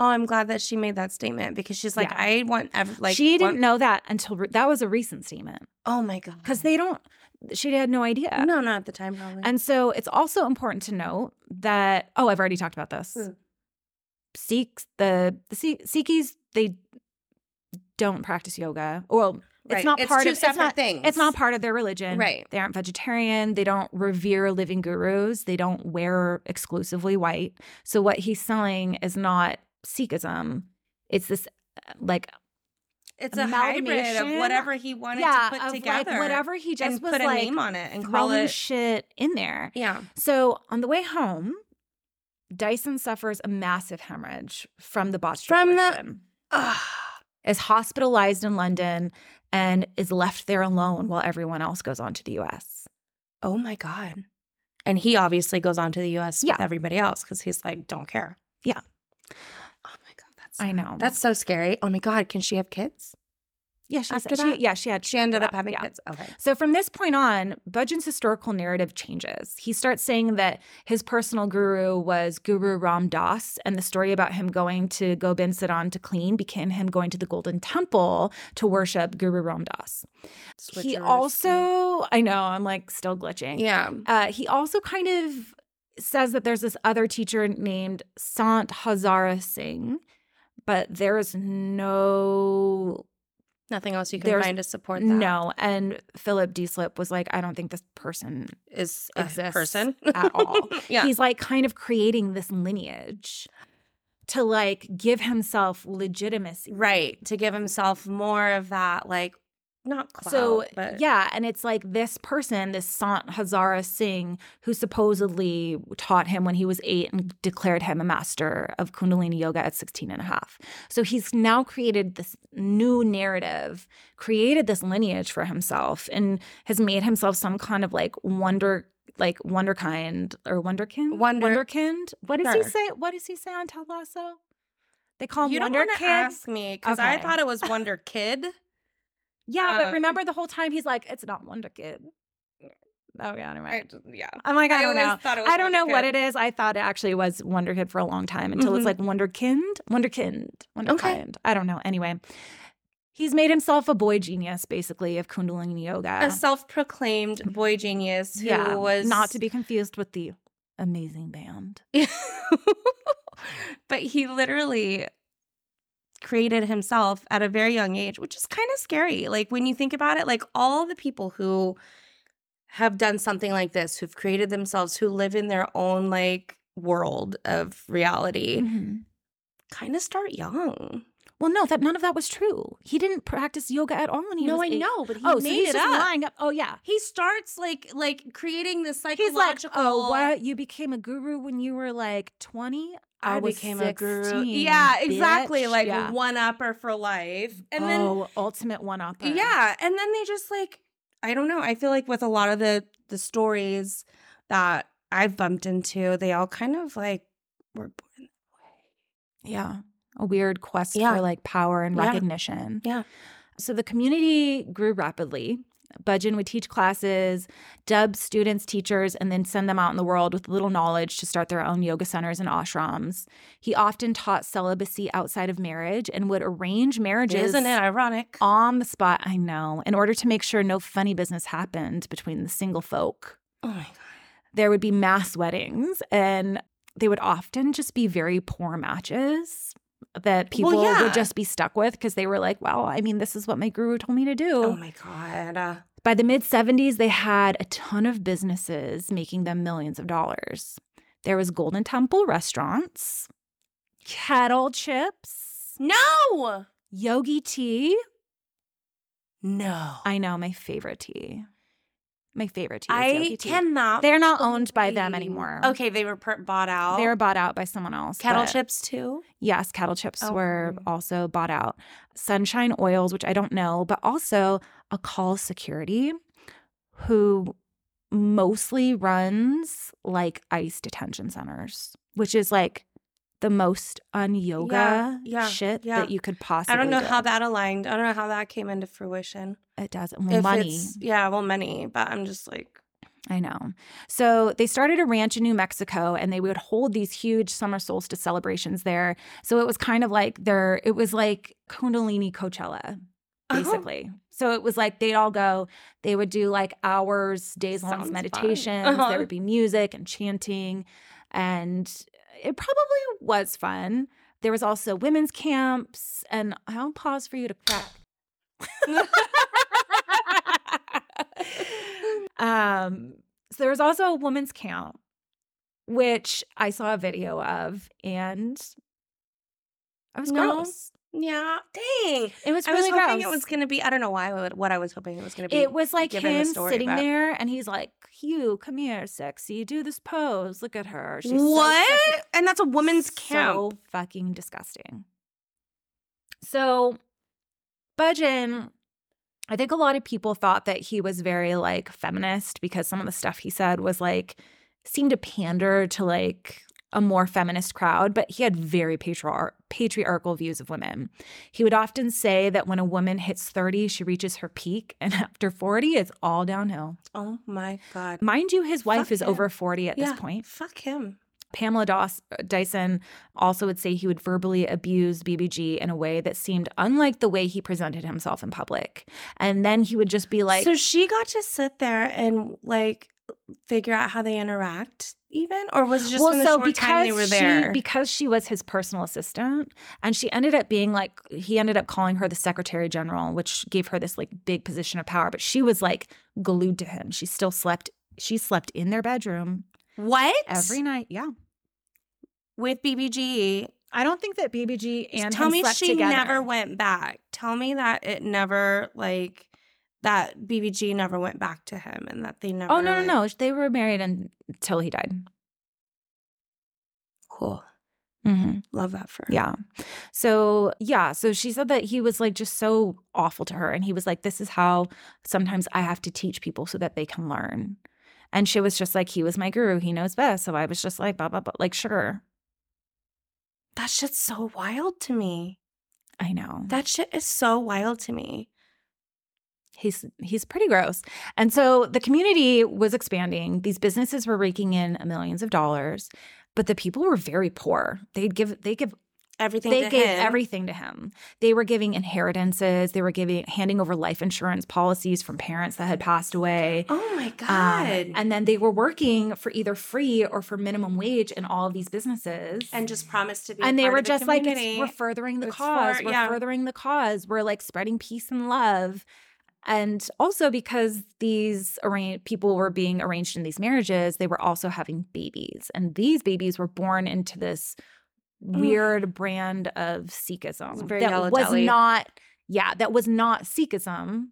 C: Oh, I'm glad that she made that statement because she's like,
B: Yeah.
C: I want ev- like
B: she
C: want-
B: didn't know that until re- that was a recent statement
C: Oh my god,
B: because they don't, she had no idea.
C: no, not at the time probably.
B: And so it's also important to note that oh, I've already talked about this.
C: Mm.
B: Sikhs, the the Sikh, Sikhis, they don't practice yoga. Well,
C: Right.
B: it's not part
C: two
B: of
C: separate
B: it's not,
C: things.
B: It's not part of their religion.
C: Right.
B: They aren't vegetarian. They don't revere living gurus. They don't wear exclusively white. So what he's selling is not Sikhism. It's this uh, like
C: It's a hybrid of
B: amalgamation.
C: whatever he wanted
B: yeah,
C: to
B: of,
C: put
B: like,
C: together,
B: whatever he just
C: and
B: was
C: put a
B: like
C: name on it and call
B: throwing
C: it.
B: shit in there.
C: yeah,
B: So on the way home, Dyson suffers a massive hemorrhage from the botched
C: From the-
B: abortion.
C: Ugh.
B: is hospitalized in London and is left there alone while everyone else goes on to the U.S.
C: oh my god. And he obviously goes on to the U.S.
B: Yeah.
C: with everybody else because he's like, don't care.
B: Yeah.
C: Oh my god, that's
B: I know
C: that's so scary. Oh my god, can she have kids?
B: yeah. She,
C: after
B: she-
C: that?
B: yeah, she had
C: She ended up
B: yeah,
C: having
B: yeah.
C: kids. Okay.
B: So from this point on, Budgeon's historical narrative changes. He starts saying that his personal guru was Guru Ram Das, and the story about him going to Gobind Sedan to clean became him going to the Golden Temple to worship Guru Ram Das. He
C: Switcheroo.
B: also, I know, I'm like still glitching.
C: yeah.
B: Uh, he also kind of says that there's this other teacher named Sant Hazara Singh, but there is no
C: Nothing else you can
B: There's
C: find to support that.
B: no. And Philip D. Slip was like, I don't think this person
C: is a
B: exists
C: person (laughs)
B: at all.
C: yeah.
B: He's like kind of creating this lineage to like give himself legitimacy.
C: right. To give himself more of that, like, not clout,
B: so
C: but
B: yeah, and it's like this person, this Sant Hazara Singh, who supposedly taught him when he was eight and declared him a master of Kundalini yoga at 16 and a half. So he's now created this new narrative, created this lineage for himself, and has made himself some kind of like wonder like Wonderkind or Wonderkind.
C: Wonder-
B: Wonderkind. What does he
C: Sure.
B: say? What does he say on Ted Lasso? They call him
C: you don't
B: Wonder
C: want to
B: Kid.
C: ask me because I
B: Okay.
C: thought it was Wonder Kid.
B: yeah,
A: uh,
B: but remember the whole time he's like, it's not Wonder Kid. Oh yeah, never mind.
A: I, yeah.
B: I'm like, I don't
A: always
B: know.
A: thought it was
B: I don't know what
A: Wonderkind.
B: it is. I thought it actually was Wonder Kid for a long time until
C: Mhm.
B: it's like Wonderkind, Wonderkind, Wonderkind.
C: Okay.
B: I don't know. Anyway, he's made himself a boy genius, basically, of Kundalini yoga.
C: A self-proclaimed boy genius who
B: yeah,
C: was
B: not to be confused with the amazing band.
C: (laughs) but he literally created himself at a very young age, which is kind of scary. Like when you think about it, like all the people who have done something like this, who've created themselves, who live in their own like world of
B: Mm-hmm.
C: reality, kind of start young.
B: Well, no, that none of that was true. He didn't practice yoga at all when he was. eight.
C: but he
B: oh, so he's just lying up. Oh yeah.
C: He starts like like creating this
B: He's like,
C: psychological.
B: oh, what? You became a guru when you were like 20?
C: I,
B: was
C: became a
B: 16,
C: guru. Yeah, exactly.
B: bitch.
C: Like
B: Yeah.
C: one upper for life, and then
B: oh, ultimate one upper.
C: Yeah, and then they just like I don't know. I feel like with a lot of the the stories that I've bumped into, they all kind of like were born.
B: Yeah. A weird quest
C: Yeah.
B: for like power and
C: Yeah.
B: recognition.
C: Yeah.
B: So the community grew rapidly. Budgeon would teach classes, dub students teachers, and then send them out in the world with little knowledge to start their own yoga centers and ashrams. He often taught celibacy outside of marriage and would arrange marriages
C: Isn't it ironic?
B: on the spot, I know, in order to make sure no funny business happened between the single folk
C: Oh my god.
B: there would be mass weddings and they would often just be very poor matches that people
C: Well, yeah.
B: would just be stuck with because they were like, well, I mean, this is what my guru told me to do.
C: Oh my god. Uh,
B: By the mid 70s, they had a ton of businesses making them millions of dollars. There was Golden Temple restaurants, kettle chips,
C: no.
B: yogi tea.
C: No.
B: I know, my favorite tea. My favorite tea. Is
C: I
B: yogi tea.
C: cannot.
B: They're not owned by them
C: believe-
B: anymore.
C: Okay, they were per- bought out.
B: They were bought out by someone else.
C: Kettle
B: but-
C: chips too.
B: Yes, cattle chips
C: Oh,
B: were
C: mm.
B: also bought out. Sunshine Oils, which I don't know, but also a call security who mostly runs like ICE detention centers, which is like the most un yoga
C: yeah,
B: shit
C: yeah.
B: that you could possibly
C: I don't know
B: do.
C: how that aligned. I don't know how that came into fruition.
B: it doesn't. Well,
C: If
B: money.
C: it's- yeah, well, money. But I'm just like, (laughs)
B: I know. So they started a ranch in New Mexico and they would hold these huge summer solstice celebrations there. So it was kind of like their, it was like Kundalini Coachella,
C: Oh.
B: basically. So it was like they'd all go, they would do like hours, days long
C: Sounds fun.
B: meditations.
C: Uh-huh.
B: There would be music and chanting. And it probably was fun. There was also women's camps. And I'll pause for you to
C: (laughs)
B: crack. um, so there was also a woman's camp, which I saw a video of, and I was
C: No.
B: gross.
C: yeah, dang.
B: It was
C: I
B: really
C: was hoping
B: gross.
C: it was going to be. I don't know why. What what I was hoping it was going to be.
B: It was like
C: given the
B: him
C: story,
B: sitting
C: but-
B: there, and he's like, "You come here, sexy. Do this pose. Look at her. She's so
C: what?
B: sexy."
C: and that's a woman's
B: So
C: camp.
B: fucking disgusting. So, Budgeon, I think a lot of people thought that he was very like feminist because some of the stuff he said was like seemed to pander to like a more feminist crowd, but he had very patriar- patriarchal views of women. He would often say that when a woman hits 30, she reaches her peak, and (laughs) after 40, it's all downhill.
C: Oh my god.
B: Mind you, his wife
C: Fuck
B: is
C: him.
B: over 40 at
C: Yeah.
B: this point.
C: Fuck him.
B: Pamela Doss- Dyson also would say he would verbally abuse BBG in a way that seemed unlike the way he presented himself in public. And then he would just be like,
C: so she got to sit there and like figure out how they interact, even, or was it just in the short time they were
B: She,
C: there?
B: because she was his personal assistant, and she ended up being like, he ended up calling her the secretary general, which gave her this like big position of power. But she was like glued to him. She still slept. She slept in their bedroom
C: what
B: every night. Yeah,
C: with BBG?
B: I don't think that BBG and
C: Tell
B: him
C: me
B: slept
C: she
B: together.
C: never went back. Tell me that it never like that BBG never went back to him and that they never.
B: Oh no,
C: like-
B: no, no! They were married until he died.
C: Cool.
B: Mm-hmm.
C: Love that for her.
B: Yeah. So yeah. So she said that he was like just so awful to her, and he was like, "This is how sometimes I have to teach people so that they can learn." And she was just like, he was my guru. He knows best. So I was just like, blah, blah, blah. Like, sure.
C: That shit's so wild to me.
B: I know.
C: That shit is so wild to me.
B: he's he's pretty gross. And so the community was expanding. These businesses were raking in millions of dollars, but the people were very poor. They'd give they give
C: Everything
B: they
C: to
B: gave
C: him.
B: everything to him. They were giving inheritances, they were giving handing over life insurance policies from parents that had passed away.
C: Oh my
B: Um,
C: god! and,
B: and then they were working for either free or for minimum wage in all of these businesses
C: just promised to be.
B: and
C: a
B: they
C: part
B: were
C: of the
B: just like it's-
C: community.
B: we're furthering the
C: It's
B: cause
C: for-
B: we're
C: yeah.
B: furthering the cause we're like spreading peace and love and also because these arra- people were being arranged in these marriages they were also having babies and these babies were born into this weird brand of
C: It's
B: sikhism
C: very
B: that
C: yellow
B: was
C: deli.
B: not yeah that was not sikhism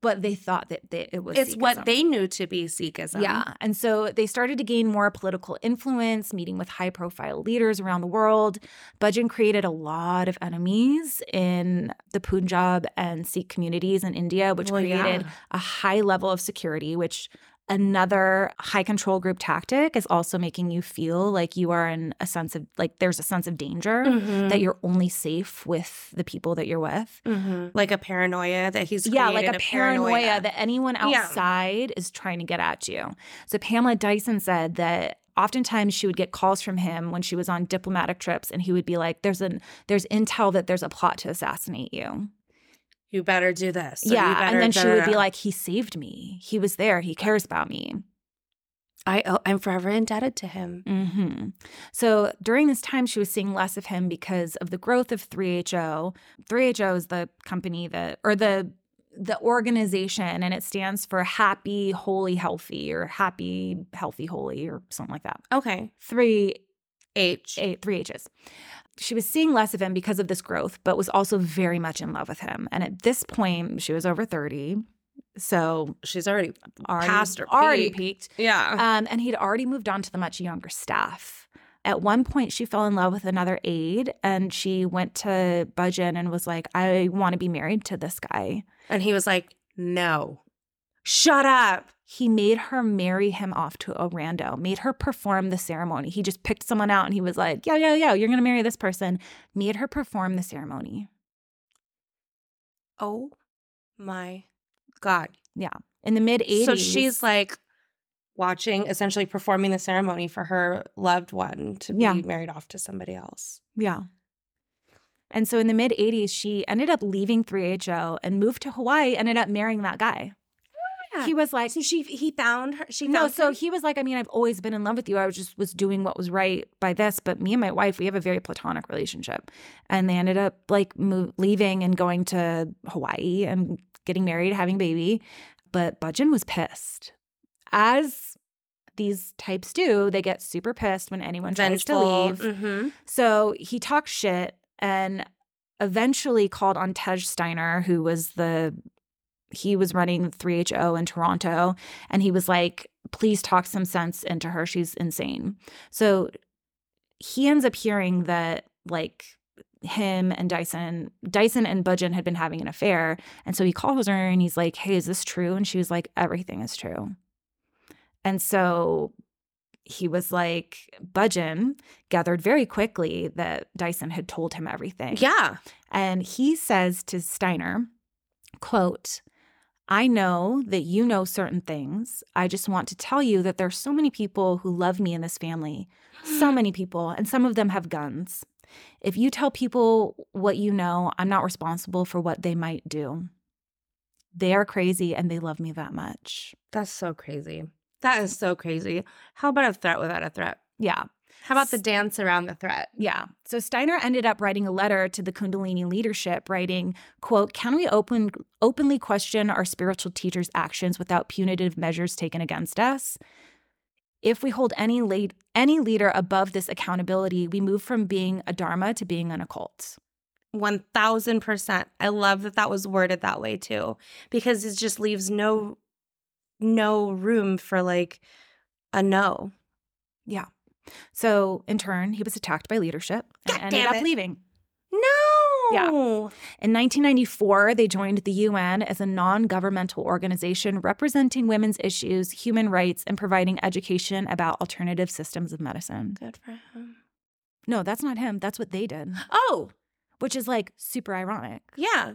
B: but they thought that, that it was
C: it's
B: Sikhism.
C: what they knew to be Sikhism.
B: Yeah. And so they started to gain more political influence, meeting with high profile leaders around the world. Bhajan created a lot of enemies in the Punjab and Sikh communities in India, which
C: Well, yeah.
B: created a high level of security, which another high control group tactic is also making you feel like you are in a sense of like there's a sense of danger
C: Mhm.
B: that you're only safe with the people that you're with
C: Mhm. like a paranoia that he's
B: yeah, like
C: created
B: a, paranoia, that anyone
C: Yeah.
B: outside is trying to get at you. So Pamela Dyson said that oftentimes she would get calls from him when she was on diplomatic trips and he would be like there's an there's intel that there's a plot to assassinate you.
C: you better do this. or you
B: yeah,
C: better
B: and then she
C: da-da-da.
B: would be like he saved me. He was there. He cares about me.
C: I owe, I'm forever indebted to him.
B: hmm So during this time, she was seeing less of him because of the growth of 3HO. 3HO is the company that, or the the organization, and it stands for Happy Holy Healthy or Happy Healthy Holy or something like that.
C: Okay,
B: Three
C: H.
B: eight, three H's. She was seeing less of him because of this growth, but was also very much in love with him. And at this point, she was over thirty, so
C: She's already
B: already,
C: Past her
B: already
C: peak.
B: peaked.
C: yeah.
B: Um, and he'd already moved on to the much younger staff. At one point, she fell in love with another aide and she went to Budgen and was like, I want to be married to this guy.
C: And he was like, "No, shut up."
B: He made her marry him off to a rando, made her perform the ceremony. He just picked someone out and he was like, Yo, yo, yo, you're going to marry this person. Made her perform the ceremony
C: Oh my god!
B: in the mid 80s.
C: So she's like watching, essentially performing the ceremony for her loved one to
B: Yeah.
C: be married off to somebody else.
B: Yeah. And so in the mid 80s, she ended up leaving 3HO and moved to Hawaii, ended up marrying that guy.
C: Yeah.
B: He was like,
C: So she he found her. She
B: no,
C: found
B: so
C: him?
B: he was like, I mean, I've always been in love with you. I was just was doing what was right by this, but me and my wife, we have a very platonic relationship, and they ended up like move, leaving and going to Hawaii and getting married, having baby. But Budgen was pissed, as these types do. They get super pissed when anyone tries to leave.
C: Mhm.
B: So he talked shit and eventually called on Tej Steiner, who was the he was running 3HO in Toronto, and he was like, please talk some sense into her. She's insane. So he ends up hearing that like him and Dyson, Dyson and Budgen had been having an affair. And so he calls her and he's like, Hey, is this true? And she was like, Everything is true. And so he was like, Budgen gathered very quickly that Dyson had told him everything.
C: Yeah.
B: And he says to Steiner, quote, I know that you know certain things. I just want to tell you that there are so many people who love me in this family, so many people, and some of them have guns. If you tell people what you know, I'm not responsible for what they might do. They are crazy and they love me that much.
C: That's so crazy. That is so crazy. How about a threat without a threat?
B: Yeah.
C: How about the dance around the threat?
B: Yeah. So Steiner ended up writing a letter to the Kundalini leadership, writing, quote, Can we open openly question our spiritual teachers' actions without punitive measures taken against us? If we hold any lead, any leader above this accountability, we move from being a dharma to being an occult.
C: 1000%. I love that that was worded that way too because it just leaves no no room for like a no.
B: So in turn, he was attacked by leadership and
C: God
B: ended
C: damn
B: up
C: it.
B: leaving.
C: No.
B: Yeah.
C: Oh.
B: In 1994, they joined the UN as a non governmental organization representing women's issues, human rights, and providing education about alternative systems of medicine.
C: Good for him.
B: No, that's not him. That's what they did,
C: Oh,
B: which is like super ironic.
C: yeah.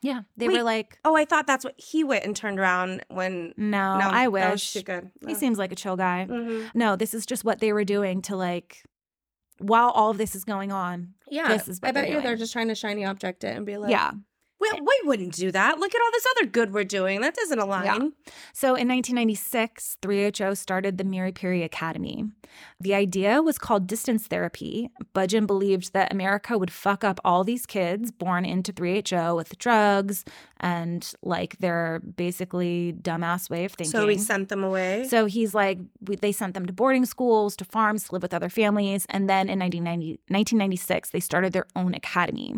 B: Yeah. They
C: Wait.
B: were like,
C: Oh, I thought that's what he went and turned around when.
B: no,
C: no,
B: Oh, I
C: that was
B: wish.
C: too good.
B: He seems like a chill guy.
C: Mhm.
B: No, this is just what they were doing to like, while all of this is going on.
C: Yeah.
B: This is what
C: I bet
B: they're
C: you they're
B: doing.
C: just trying to shiny object it and be like,
B: yeah.
C: We, we wouldn't do that. Look at all this other good we're doing. That doesn't align.
B: So in 1996, 3HO started the Miri Piri Academy. The idea was called distance therapy. Budgen believed that America would fuck up all these kids born into 3HO with drugs and like their basically dumbass way of thinking.
C: So we sent them away.
B: So he's like, we, they sent them to boarding schools, to farms, to live with other families. And then in 1990, 1996, they started their own academy.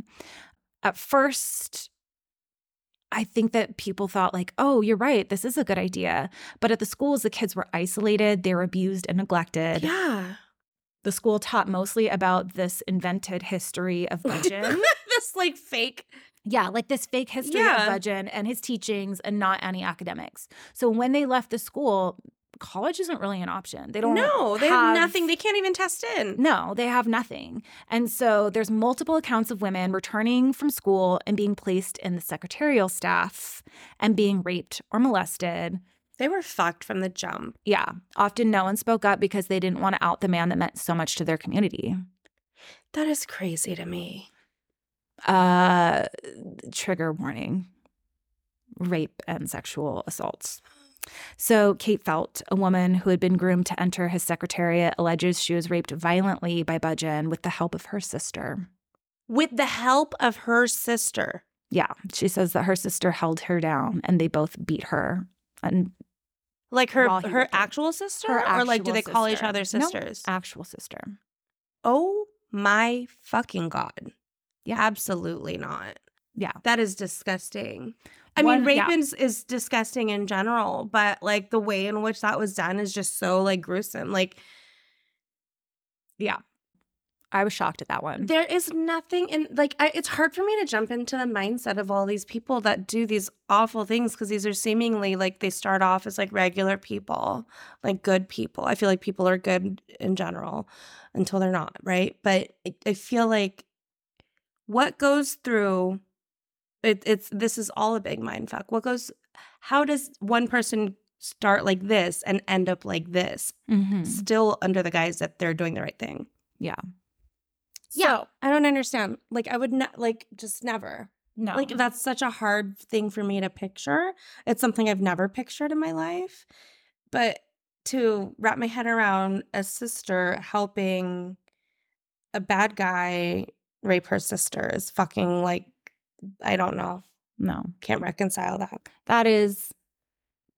B: At first, I think that people thought, like, oh, you're right, this is a good idea. But at the schools, the kids were isolated, they were abused and neglected.
C: yeah.
B: The school taught mostly about this invented history
C: (laughs)
B: of budgeon.
C: this like fake.
B: Yeah, like this fake history
C: Yeah.
B: of Budgen and his teachings and not any academics. So when they left the school, college isn't really an option. They don't
C: No, they have, nothing. They can't even test in.
B: no, they have nothing. And so there's multiple accounts of women returning from school and being placed in the secretarial staff and being raped or molested.
C: They were fucked from the jump.
B: Yeah, often no one spoke up because they didn't want to out the man that meant so much to their community.
C: That is crazy to me.
B: Uh trigger warning rape and sexual assaults. So, Kate Felt, a woman who had been groomed to enter his secretariat, alleges she was raped violently by Budgen with the help of her sister.
C: With the help of her sister.
B: Yeah, she says that her sister held her down and they both beat her. And
C: Like her
B: While he
C: her
B: worked there.
C: actual sister?
B: Her
C: or like do
B: actual
C: they call each
B: sister.
C: other
B: No.
C: sisters?
B: actual sister.
C: Oh my fucking god.
B: Yeah.
C: Absolutely not.
B: Yeah.
C: That is disgusting. I
B: One-
C: mean, rape
B: yeah.
C: is, is disgusting in general, but like the way in which that was done is just so like gruesome. Like
B: Yeah. I was shocked at that one.
C: there is nothing in like I, it's hard for me to jump into the mindset of all these people that do these awful things because these are seemingly like they start off as like regular people, like good people. I feel like people are good in general until they're not, right? But I, I feel like what goes through it, it's this is all a big mind fuck. What goes? How does one person start like this and end up like this,
B: Mhm.
C: still under the guise that they're doing the right thing?
B: Yeah.
C: I don't understand. Like I would not like just never.
B: no.
C: Like that's such a hard thing for me to picture. It's something I've never pictured in my life. But to wrap my head around a sister helping a bad guy rape her sister is fucking like I don't know.
B: no.
C: Can't reconcile that.
B: That is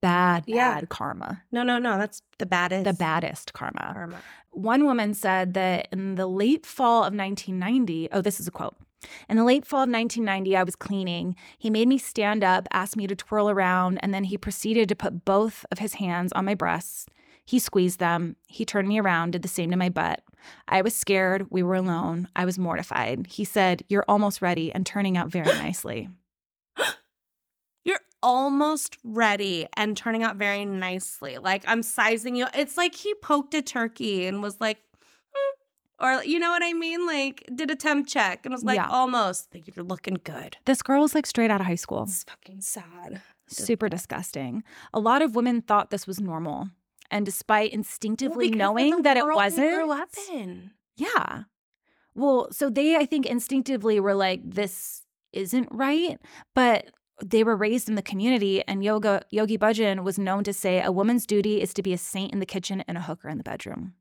B: bad, bad
C: Yeah.
B: karma.
C: No, no, no. That's the baddest.
B: The baddest karma.
C: karma.
B: One woman said that in the late fall of 1990, oh, this is a quote. In the late fall of 1990, I was cleaning. He made me stand up, asked me to twirl around, and then he proceeded to put both of his hands on my breasts. He squeezed them. He turned me around, did the same to my butt. I was scared. We were alone. I was mortified. He said, You're almost ready and turning out very nicely.
C: You're almost ready and turning out very nicely. Like I'm sizing you. It's like he poked a turkey and was like, "Mm," or you know what I mean? Like did a temp check and was like,
B: Yeah.
C: almost. Like, you're looking good.
B: This girl was like straight out of high school.
C: It's fucking sad.
B: Super disgusting. A lot of women thought this was normal. And despite instinctively knowing that it wasn't,
C: Grew up in.
B: Yeah. Well, so they, I think, instinctively were like, this isn't right. But they were raised in the community, and yoga, Yogi Bhajan was known to say, a woman's duty is to be a saint in the kitchen and a hooker in the bedroom.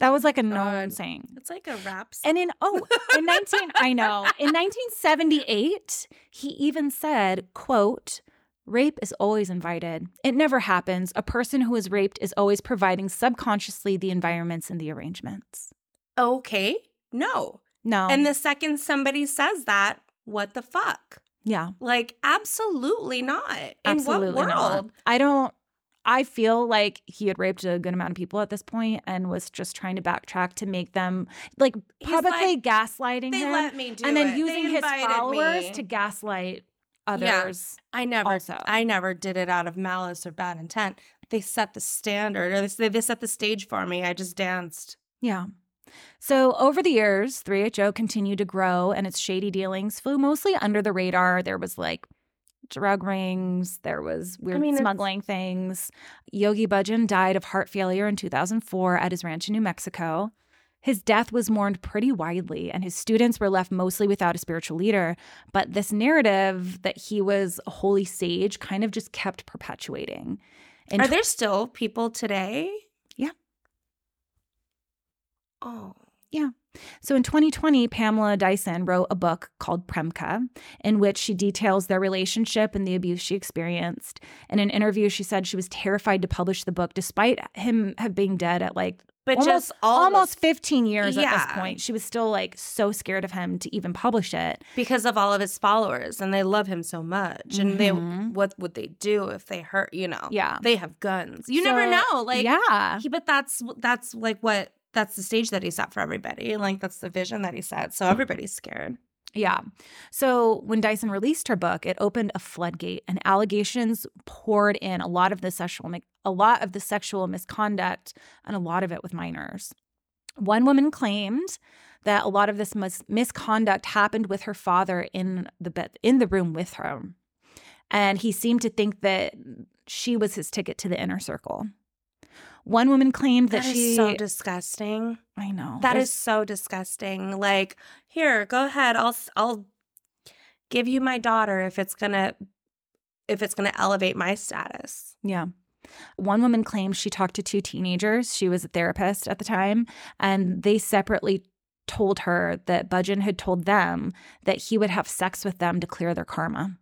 B: That was like a known
C: God.
B: saying.
C: It's like a rap. song.
B: And in, oh, in 19, I know, in 1978, he even said, quote, Rape is always invited. It never happens. A person who is raped is always providing subconsciously the environments and the arrangements.
C: okay, no.
B: No. Um
C: and the second somebody says that, what the fuck?
B: Yeah,
C: Like absolutely not. In
B: absolutely
C: what world?
B: not. I don't. I feel like he had raped a good amount of people at this point and was just trying to backtrack to make them like
A: He's
B: probably
A: like,
B: gaslighting
A: They
B: him
A: let me do
B: and then
A: it.
B: using
A: They
B: his
A: invited
B: followers
A: me.
B: to gaslight
C: Yeah.
B: others.
C: I never,
B: Also.
C: I never did it out of malice or bad intent. They set the standard, or they, they set the stage for me. I just danced.
B: Yeah. So over the years, 3HO continued to grow and its shady dealings flew mostly under the radar. There was like drug rings, there was weird
C: mean, it's-
B: smuggling things. Yogi Bhajan died of heart failure in 2004 at his ranch in New Mexico. His death was mourned pretty widely, and his students were left mostly without a spiritual leader. But this narrative that he was a holy sage kind of just kept perpetuating. In
C: Are there still people today?
B: Yeah.
C: Oh,
B: So in 2020, Pamela Dyson wrote a book called Premka, in which she details their relationship and the abuse she experienced. In an interview, she said she was terrified to publish the book despite him have being dead at like
C: but
B: almost,
C: just all
B: almost 15 years at
C: Yeah.
B: this point. She was still like so scared of him to even publish it.
C: because of all of his followers, and they love him so much. And they,
B: Mhm.
C: what would they do if they hurt? You know,
B: Yeah.
C: they have guns. You never
B: So-
C: know. Like,
B: yeah.
C: he, but that's that's like what that's the stage that he set for everybody. Like that's the vision that he set. So everybody's scared.
B: Yeah. So when Dyson released her book, it opened a floodgate and allegations poured in a lot of the sexual mi- a lot of the sexual misconduct and a lot of it with minors. One woman claimed that a lot of this mis- misconduct happened with her father in the bed in the room with her. And he seemed to think that she was his ticket to the inner circle. One woman claimed that,
C: That is
B: she
C: so disgusting.
B: I know.
C: That
B: There's-
C: is so disgusting. Like, here, go ahead. I'll s- I'll give you my daughter if it's gonna if it's gonna elevate my status.
B: Yeah. One woman claims she talked to two teenagers. She was a therapist at the time, and they separately told her that Budgen had told them that he would have sex with them to clear their karma.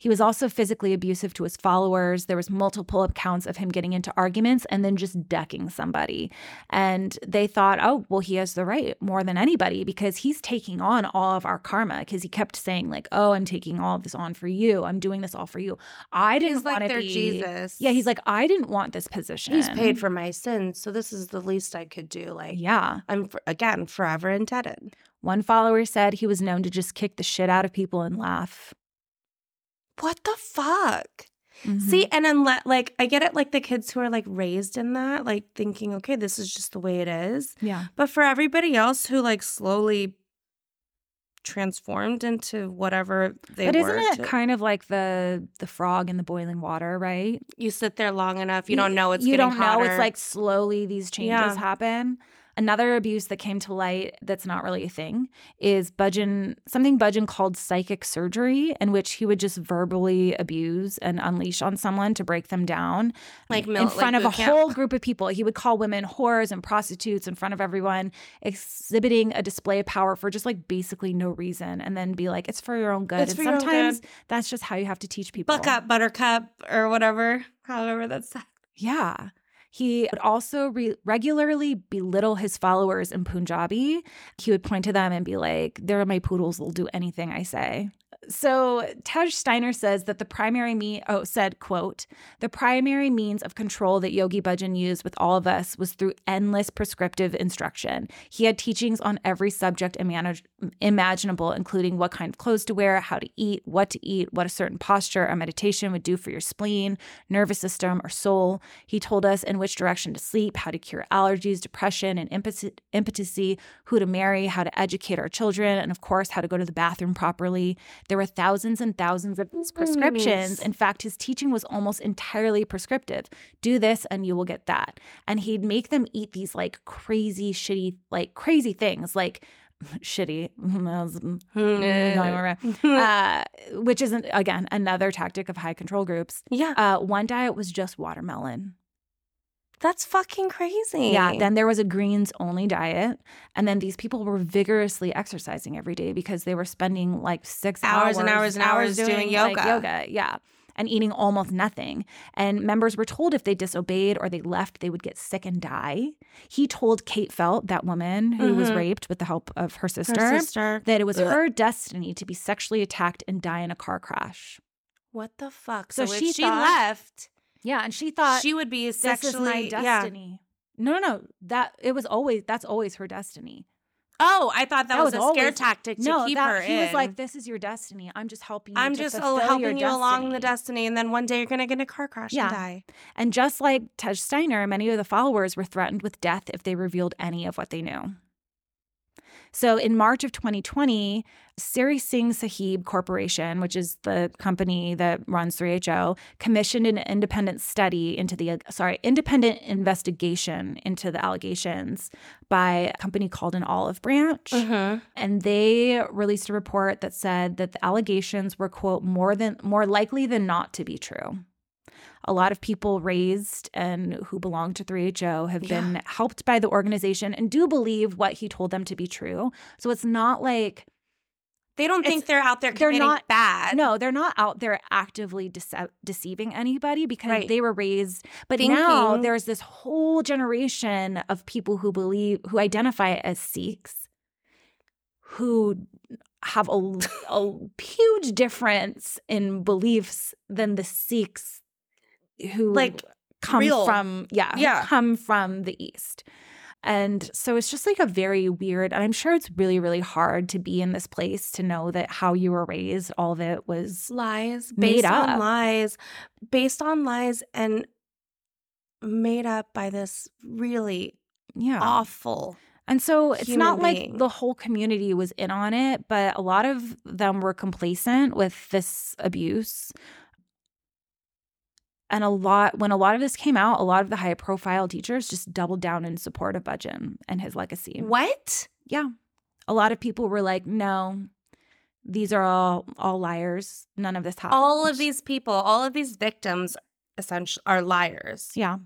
B: He was also physically abusive to his followers. There was multiple accounts of him getting into arguments and then just decking somebody. And they thought, "Oh, well he has the right more than anybody because he's taking on all of our karma because he kept saying like, "Oh, I'm taking all of this on for you. I'm doing this all for you." I didn't
C: He's like
B: want to
C: their
B: be
C: Jesus.
B: Yeah, he's like, "I didn't want this position."
C: he's paid for my sins, so this is the least I could do. Like,
B: Yeah.
C: I'm for, again forever indebted.
B: One follower said he was known to just kick the shit out of people and laugh.
C: What the fuck?
B: Mm-hmm.
C: See, and unless like I get it, like the kids who are like raised in that, like thinking, okay, this is just the way it is.
B: Yeah.
C: But for everybody else who like slowly transformed into whatever they
B: but
C: were,
B: isn't it
C: to-
B: kind of like the the frog in the boiling water, right?
C: you sit there long enough, you don't know it's
B: you
C: getting
B: don't know. It's
C: hotter.
B: like slowly these changes
C: Yeah.
B: happen. Another abuse that came to light that's not really a thing is Budgen something Budgen called psychic surgery, in which he would just verbally abuse and unleash on someone to break them down.
C: like mil-
B: in
C: like
B: front
C: boot
B: of a
C: camp.
B: whole group of people. He would call women whores and prostitutes in front of everyone, exhibiting a display of power for just like basically no reason, and then be like, "It's for your own good."
C: It's
B: and
C: for your own
B: sometimes that's just how you have to teach people.
C: buck up, buttercup, or whatever. However, that's (laughs)
B: Hmm, Yeah. He would also re- regularly belittle his followers in Punjabi. He would point to them and be like, They're my poodles, they'll do anything I say. So Tej Steiner says that the primary me oh said quote the primary means of control that Yogi Bhajan used with all of us was through endless prescriptive instruction. He had teachings on every subject immanage- imaginable, including what kind of clothes to wear, how to eat, what to eat, what a certain posture or meditation would do for your spleen, nervous system, or soul. He told us in which direction to sleep, how to cure allergies, depression, and impot- impotency, who to marry, how to educate our children, and of course, how to go to the bathroom properly. There were thousands and thousands of these prescriptions. In fact, his teaching was almost entirely prescriptive. Do this and you will get that. And he'd make them eat these like crazy, shitty, like crazy things, like (laughs) shitty. (laughs)
C: that.
B: uh, which isn't again another tactic of high
C: (laughs)
B: control groups.
C: yeah,
B: Uh, one diet was just watermelon.
C: that's fucking crazy.
B: Yeah. Then there was a greens only diet, and then these people were vigorously exercising every day because they were spending like six
C: Hours and hours and hours doing
B: like,
C: yoga.
B: yoga, yeah, and eating almost nothing. And members were told if they disobeyed or they left, they would get sick and die. He told Kate Felt, that woman who was
C: Mhm.
B: raped with the help of her sister,
C: her sister.
B: that it was
C: Ugh.
B: her destiny to be sexually attacked and die in a car crash.
A: what the fuck?
B: So
A: So,
B: she
A: if she
B: thought-
A: left,
B: Yeah, and she thought
C: she would be
B: this is my
C: sexually. yeah.
B: destiny. No, no, no. That it was always that's always her destiny.
C: Oh, I thought that,
B: That
C: was,
B: was
C: a scare
B: always-
C: tactic to
B: no,
C: keep
B: that,
C: her
B: he
C: in.
B: was like, "This is your destiny. I'm just helping you.
C: I'm
B: to
C: just
B: fulfill
C: al-
B: your
C: helping you along the
B: destiny."
C: destiny, and then one day you're gonna get in a car crash
B: Yeah.
C: and die.
B: And just like Tej Steiner, many of the followers were threatened with death if they revealed any of what they knew. So in March of 2020, Siri Singh Sahib Corporation, which is the company that runs 3HO, commissioned an independent study into the sorry, independent investigation into the allegations by a company called an Olive Branch. And they released a report that said that the allegations were, quote, more than more likely than not to be true. A lot of people raised and who belong to 3HO have been helped by the organization and do believe what he told them to be true. So it's not like
C: They don't
B: It's-
C: think they're out there
B: they're
C: committing
B: not-
C: bad.
B: no, they're not out there actively dece- deceiving anybody because
C: Right.
B: they were raised. But now
C: Thinking-
B: there's this whole generation of people who believe, who identify as Sikhs, who have a,
C: (laughs)
B: a huge difference in beliefs than the Sikhs who
C: like
B: come
C: real.
B: from yeah, who
C: Yeah.
B: come from the east and so it's just like a very weird and i'm sure it's really really hard to be in this place to know that how you were raised all of it was
C: lies
B: Made
C: based
B: up.
C: on lies, based on lies, and made up by this really
B: yeah
C: awful.
B: and so it's
C: human
B: not
C: being.
B: like the whole community was in on it but a lot of them were complacent with this abuse and a lot when a lot of this came out a lot of the high profile teachers just doubled down in support of budgen and his legacy
C: What?
B: yeah a lot of people were like no these are all all liars none of this happened
C: All of these people, all of these victims, essentially are liars.
B: yeah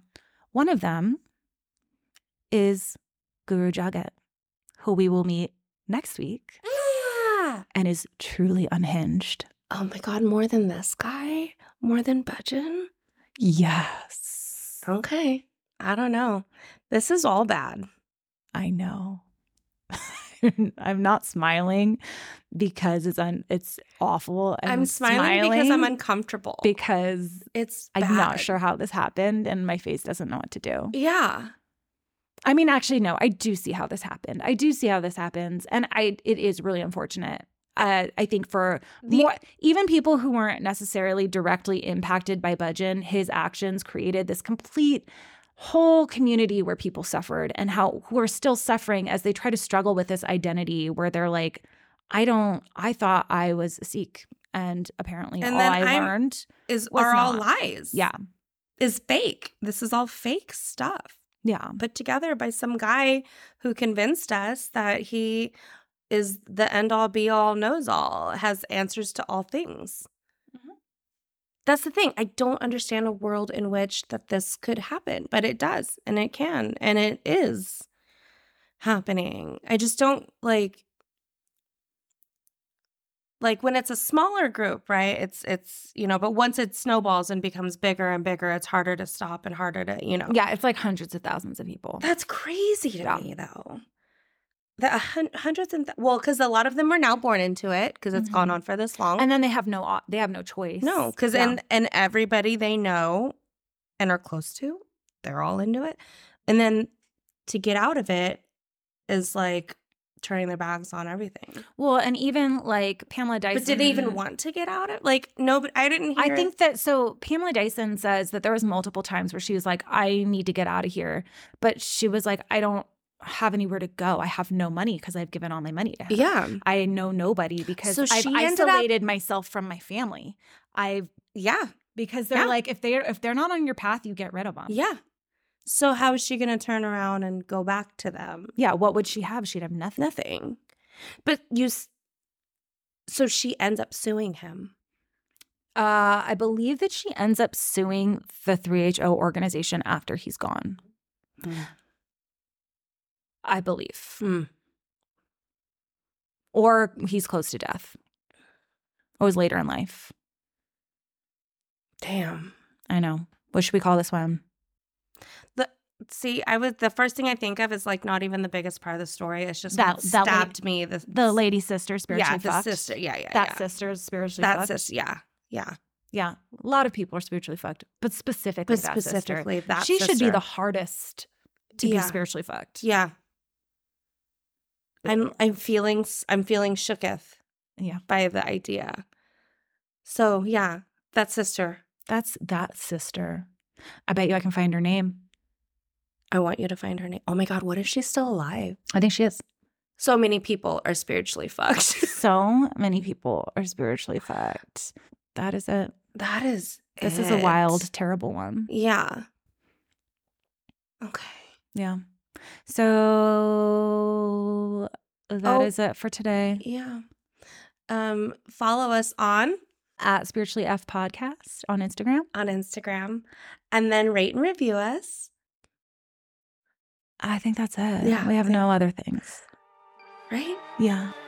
B: one of them is guru jagat who we will meet next week
C: Ah!
B: and is truly unhinged
C: Oh my god! More than this guy, more than Budgeon.
B: yes
C: Okay, I don't know. This is all bad.
B: i know (laughs) i'm not smiling because it's un- it's awful
C: I'm, smiling, because I'm uncomfortable.
B: because
C: it's
B: i'm not
C: bad.
B: sure how this happened and my face doesn't know what to do
C: Yeah.
B: I mean, actually, no, I do see how this happened. I do see how this happens, and I it is really unfortunate. Uh, I think for
C: The-
B: more, even people who weren't necessarily directly impacted by Budgen, his actions created this complete whole community where people suffered and how who are still suffering as they try to struggle with this identity where they're like, I don't, I thought I was a Sikh, and apparently
C: And
B: all
C: then
B: I
C: I'm-
B: learned,
C: Is
B: Was
C: are all
B: not.
C: lies.
B: yeah,
C: Is fake. This is all fake stuff
B: yeah,
C: put together by some guy who convinced us that he is the end all be all knows all, has answers to all things.
B: Mhm.
C: That's the thing. I don't understand a world in which that this could happen, but it does and it can and it is happening. I just don't like like when it's a smaller group, right? It's it's you know, but once it snowballs and becomes bigger and bigger, it's harder to stop and harder to, you know.
B: yeah. It's like hundreds of thousands of people.
C: That's crazy to
B: Yeah.
C: me, though. The a hun- hundreds and th- well, because a lot of them are now born into it because it's gone
B: Mhm.
C: on for this long.
B: and then they have no op- they have no choice.
C: no, because
B: Yeah.
C: and and everybody they know and are close to, they're all into it. And then to get out of it is like turning their backs on everything.
B: well, and even like Pamela Dyson.
C: But did they even want to get out of like no? But I didn't. Hear
B: I think that so Pamela Dyson says that there was multiple times where she was like, "I need to get out of here," but she was like, "I don't have anywhere to go. I have no money because I've given all my money to him.
C: yeah,
B: I know nobody because
C: So
B: I've
C: she ended up-
B: isolated myself from my family. I've
C: yeah,
B: because they're
C: Yeah.
B: like if they're if they're not on your path, you get rid of them.
C: yeah. So how is she going to turn around and go back to them?
B: yeah. What would she have? She'd have nothing.
C: nothing. But you, s- so she ends up suing him.
B: Uh, I believe that she ends up suing the 3HO organization after he's gone.
C: Mm.
B: I believe.
C: Hmm,
B: Or he's close to death. Or was later in life.
C: Damn.
B: I know. What should we call this one?
C: See, I was the first thing I think of is like not even the biggest part of the story. It's just
B: That-
C: that,
B: that la-
C: stabbed me. The
B: The lady sister spiritually
C: yeah, the
B: fucked.
C: sister, yeah, yeah,
B: That
C: yeah.
B: sister's spiritually
C: that
B: fucked.
C: sister, yeah, yeah.
B: Yeah, a lot of people are spiritually fucked, but specifically
C: But
B: that sister.
C: specifically that
B: she should be
C: sister.
B: the hardest to be
C: Yeah.
B: spiritually fucked.
C: Yeah. I'm I'm feeling s- I'm feeling shooketh.
B: Yeah.
C: By the idea. So yeah, that sister.
B: That's that sister. I bet you I can find her name.
C: I want you to find her name. Oh my god, what if she's still alive?
B: I think she is.
C: So many people are spiritually fucked. (laughs)
B: (laughs) so many people are spiritually fucked. That is it.
C: that is
B: This is a
C: it.
B: wild, terrible one.
C: Yeah. Okay.
B: Yeah. So that is
C: Oh.
B: it for today
C: Yeah. Um, follow us on
B: at Spiritually F Podcast on Instagram.
C: on Instagram, and then rate and review us.
B: I think that's it.
C: Yeah,
B: We have
C: I-
B: no other things.
C: Right.
B: Yeah.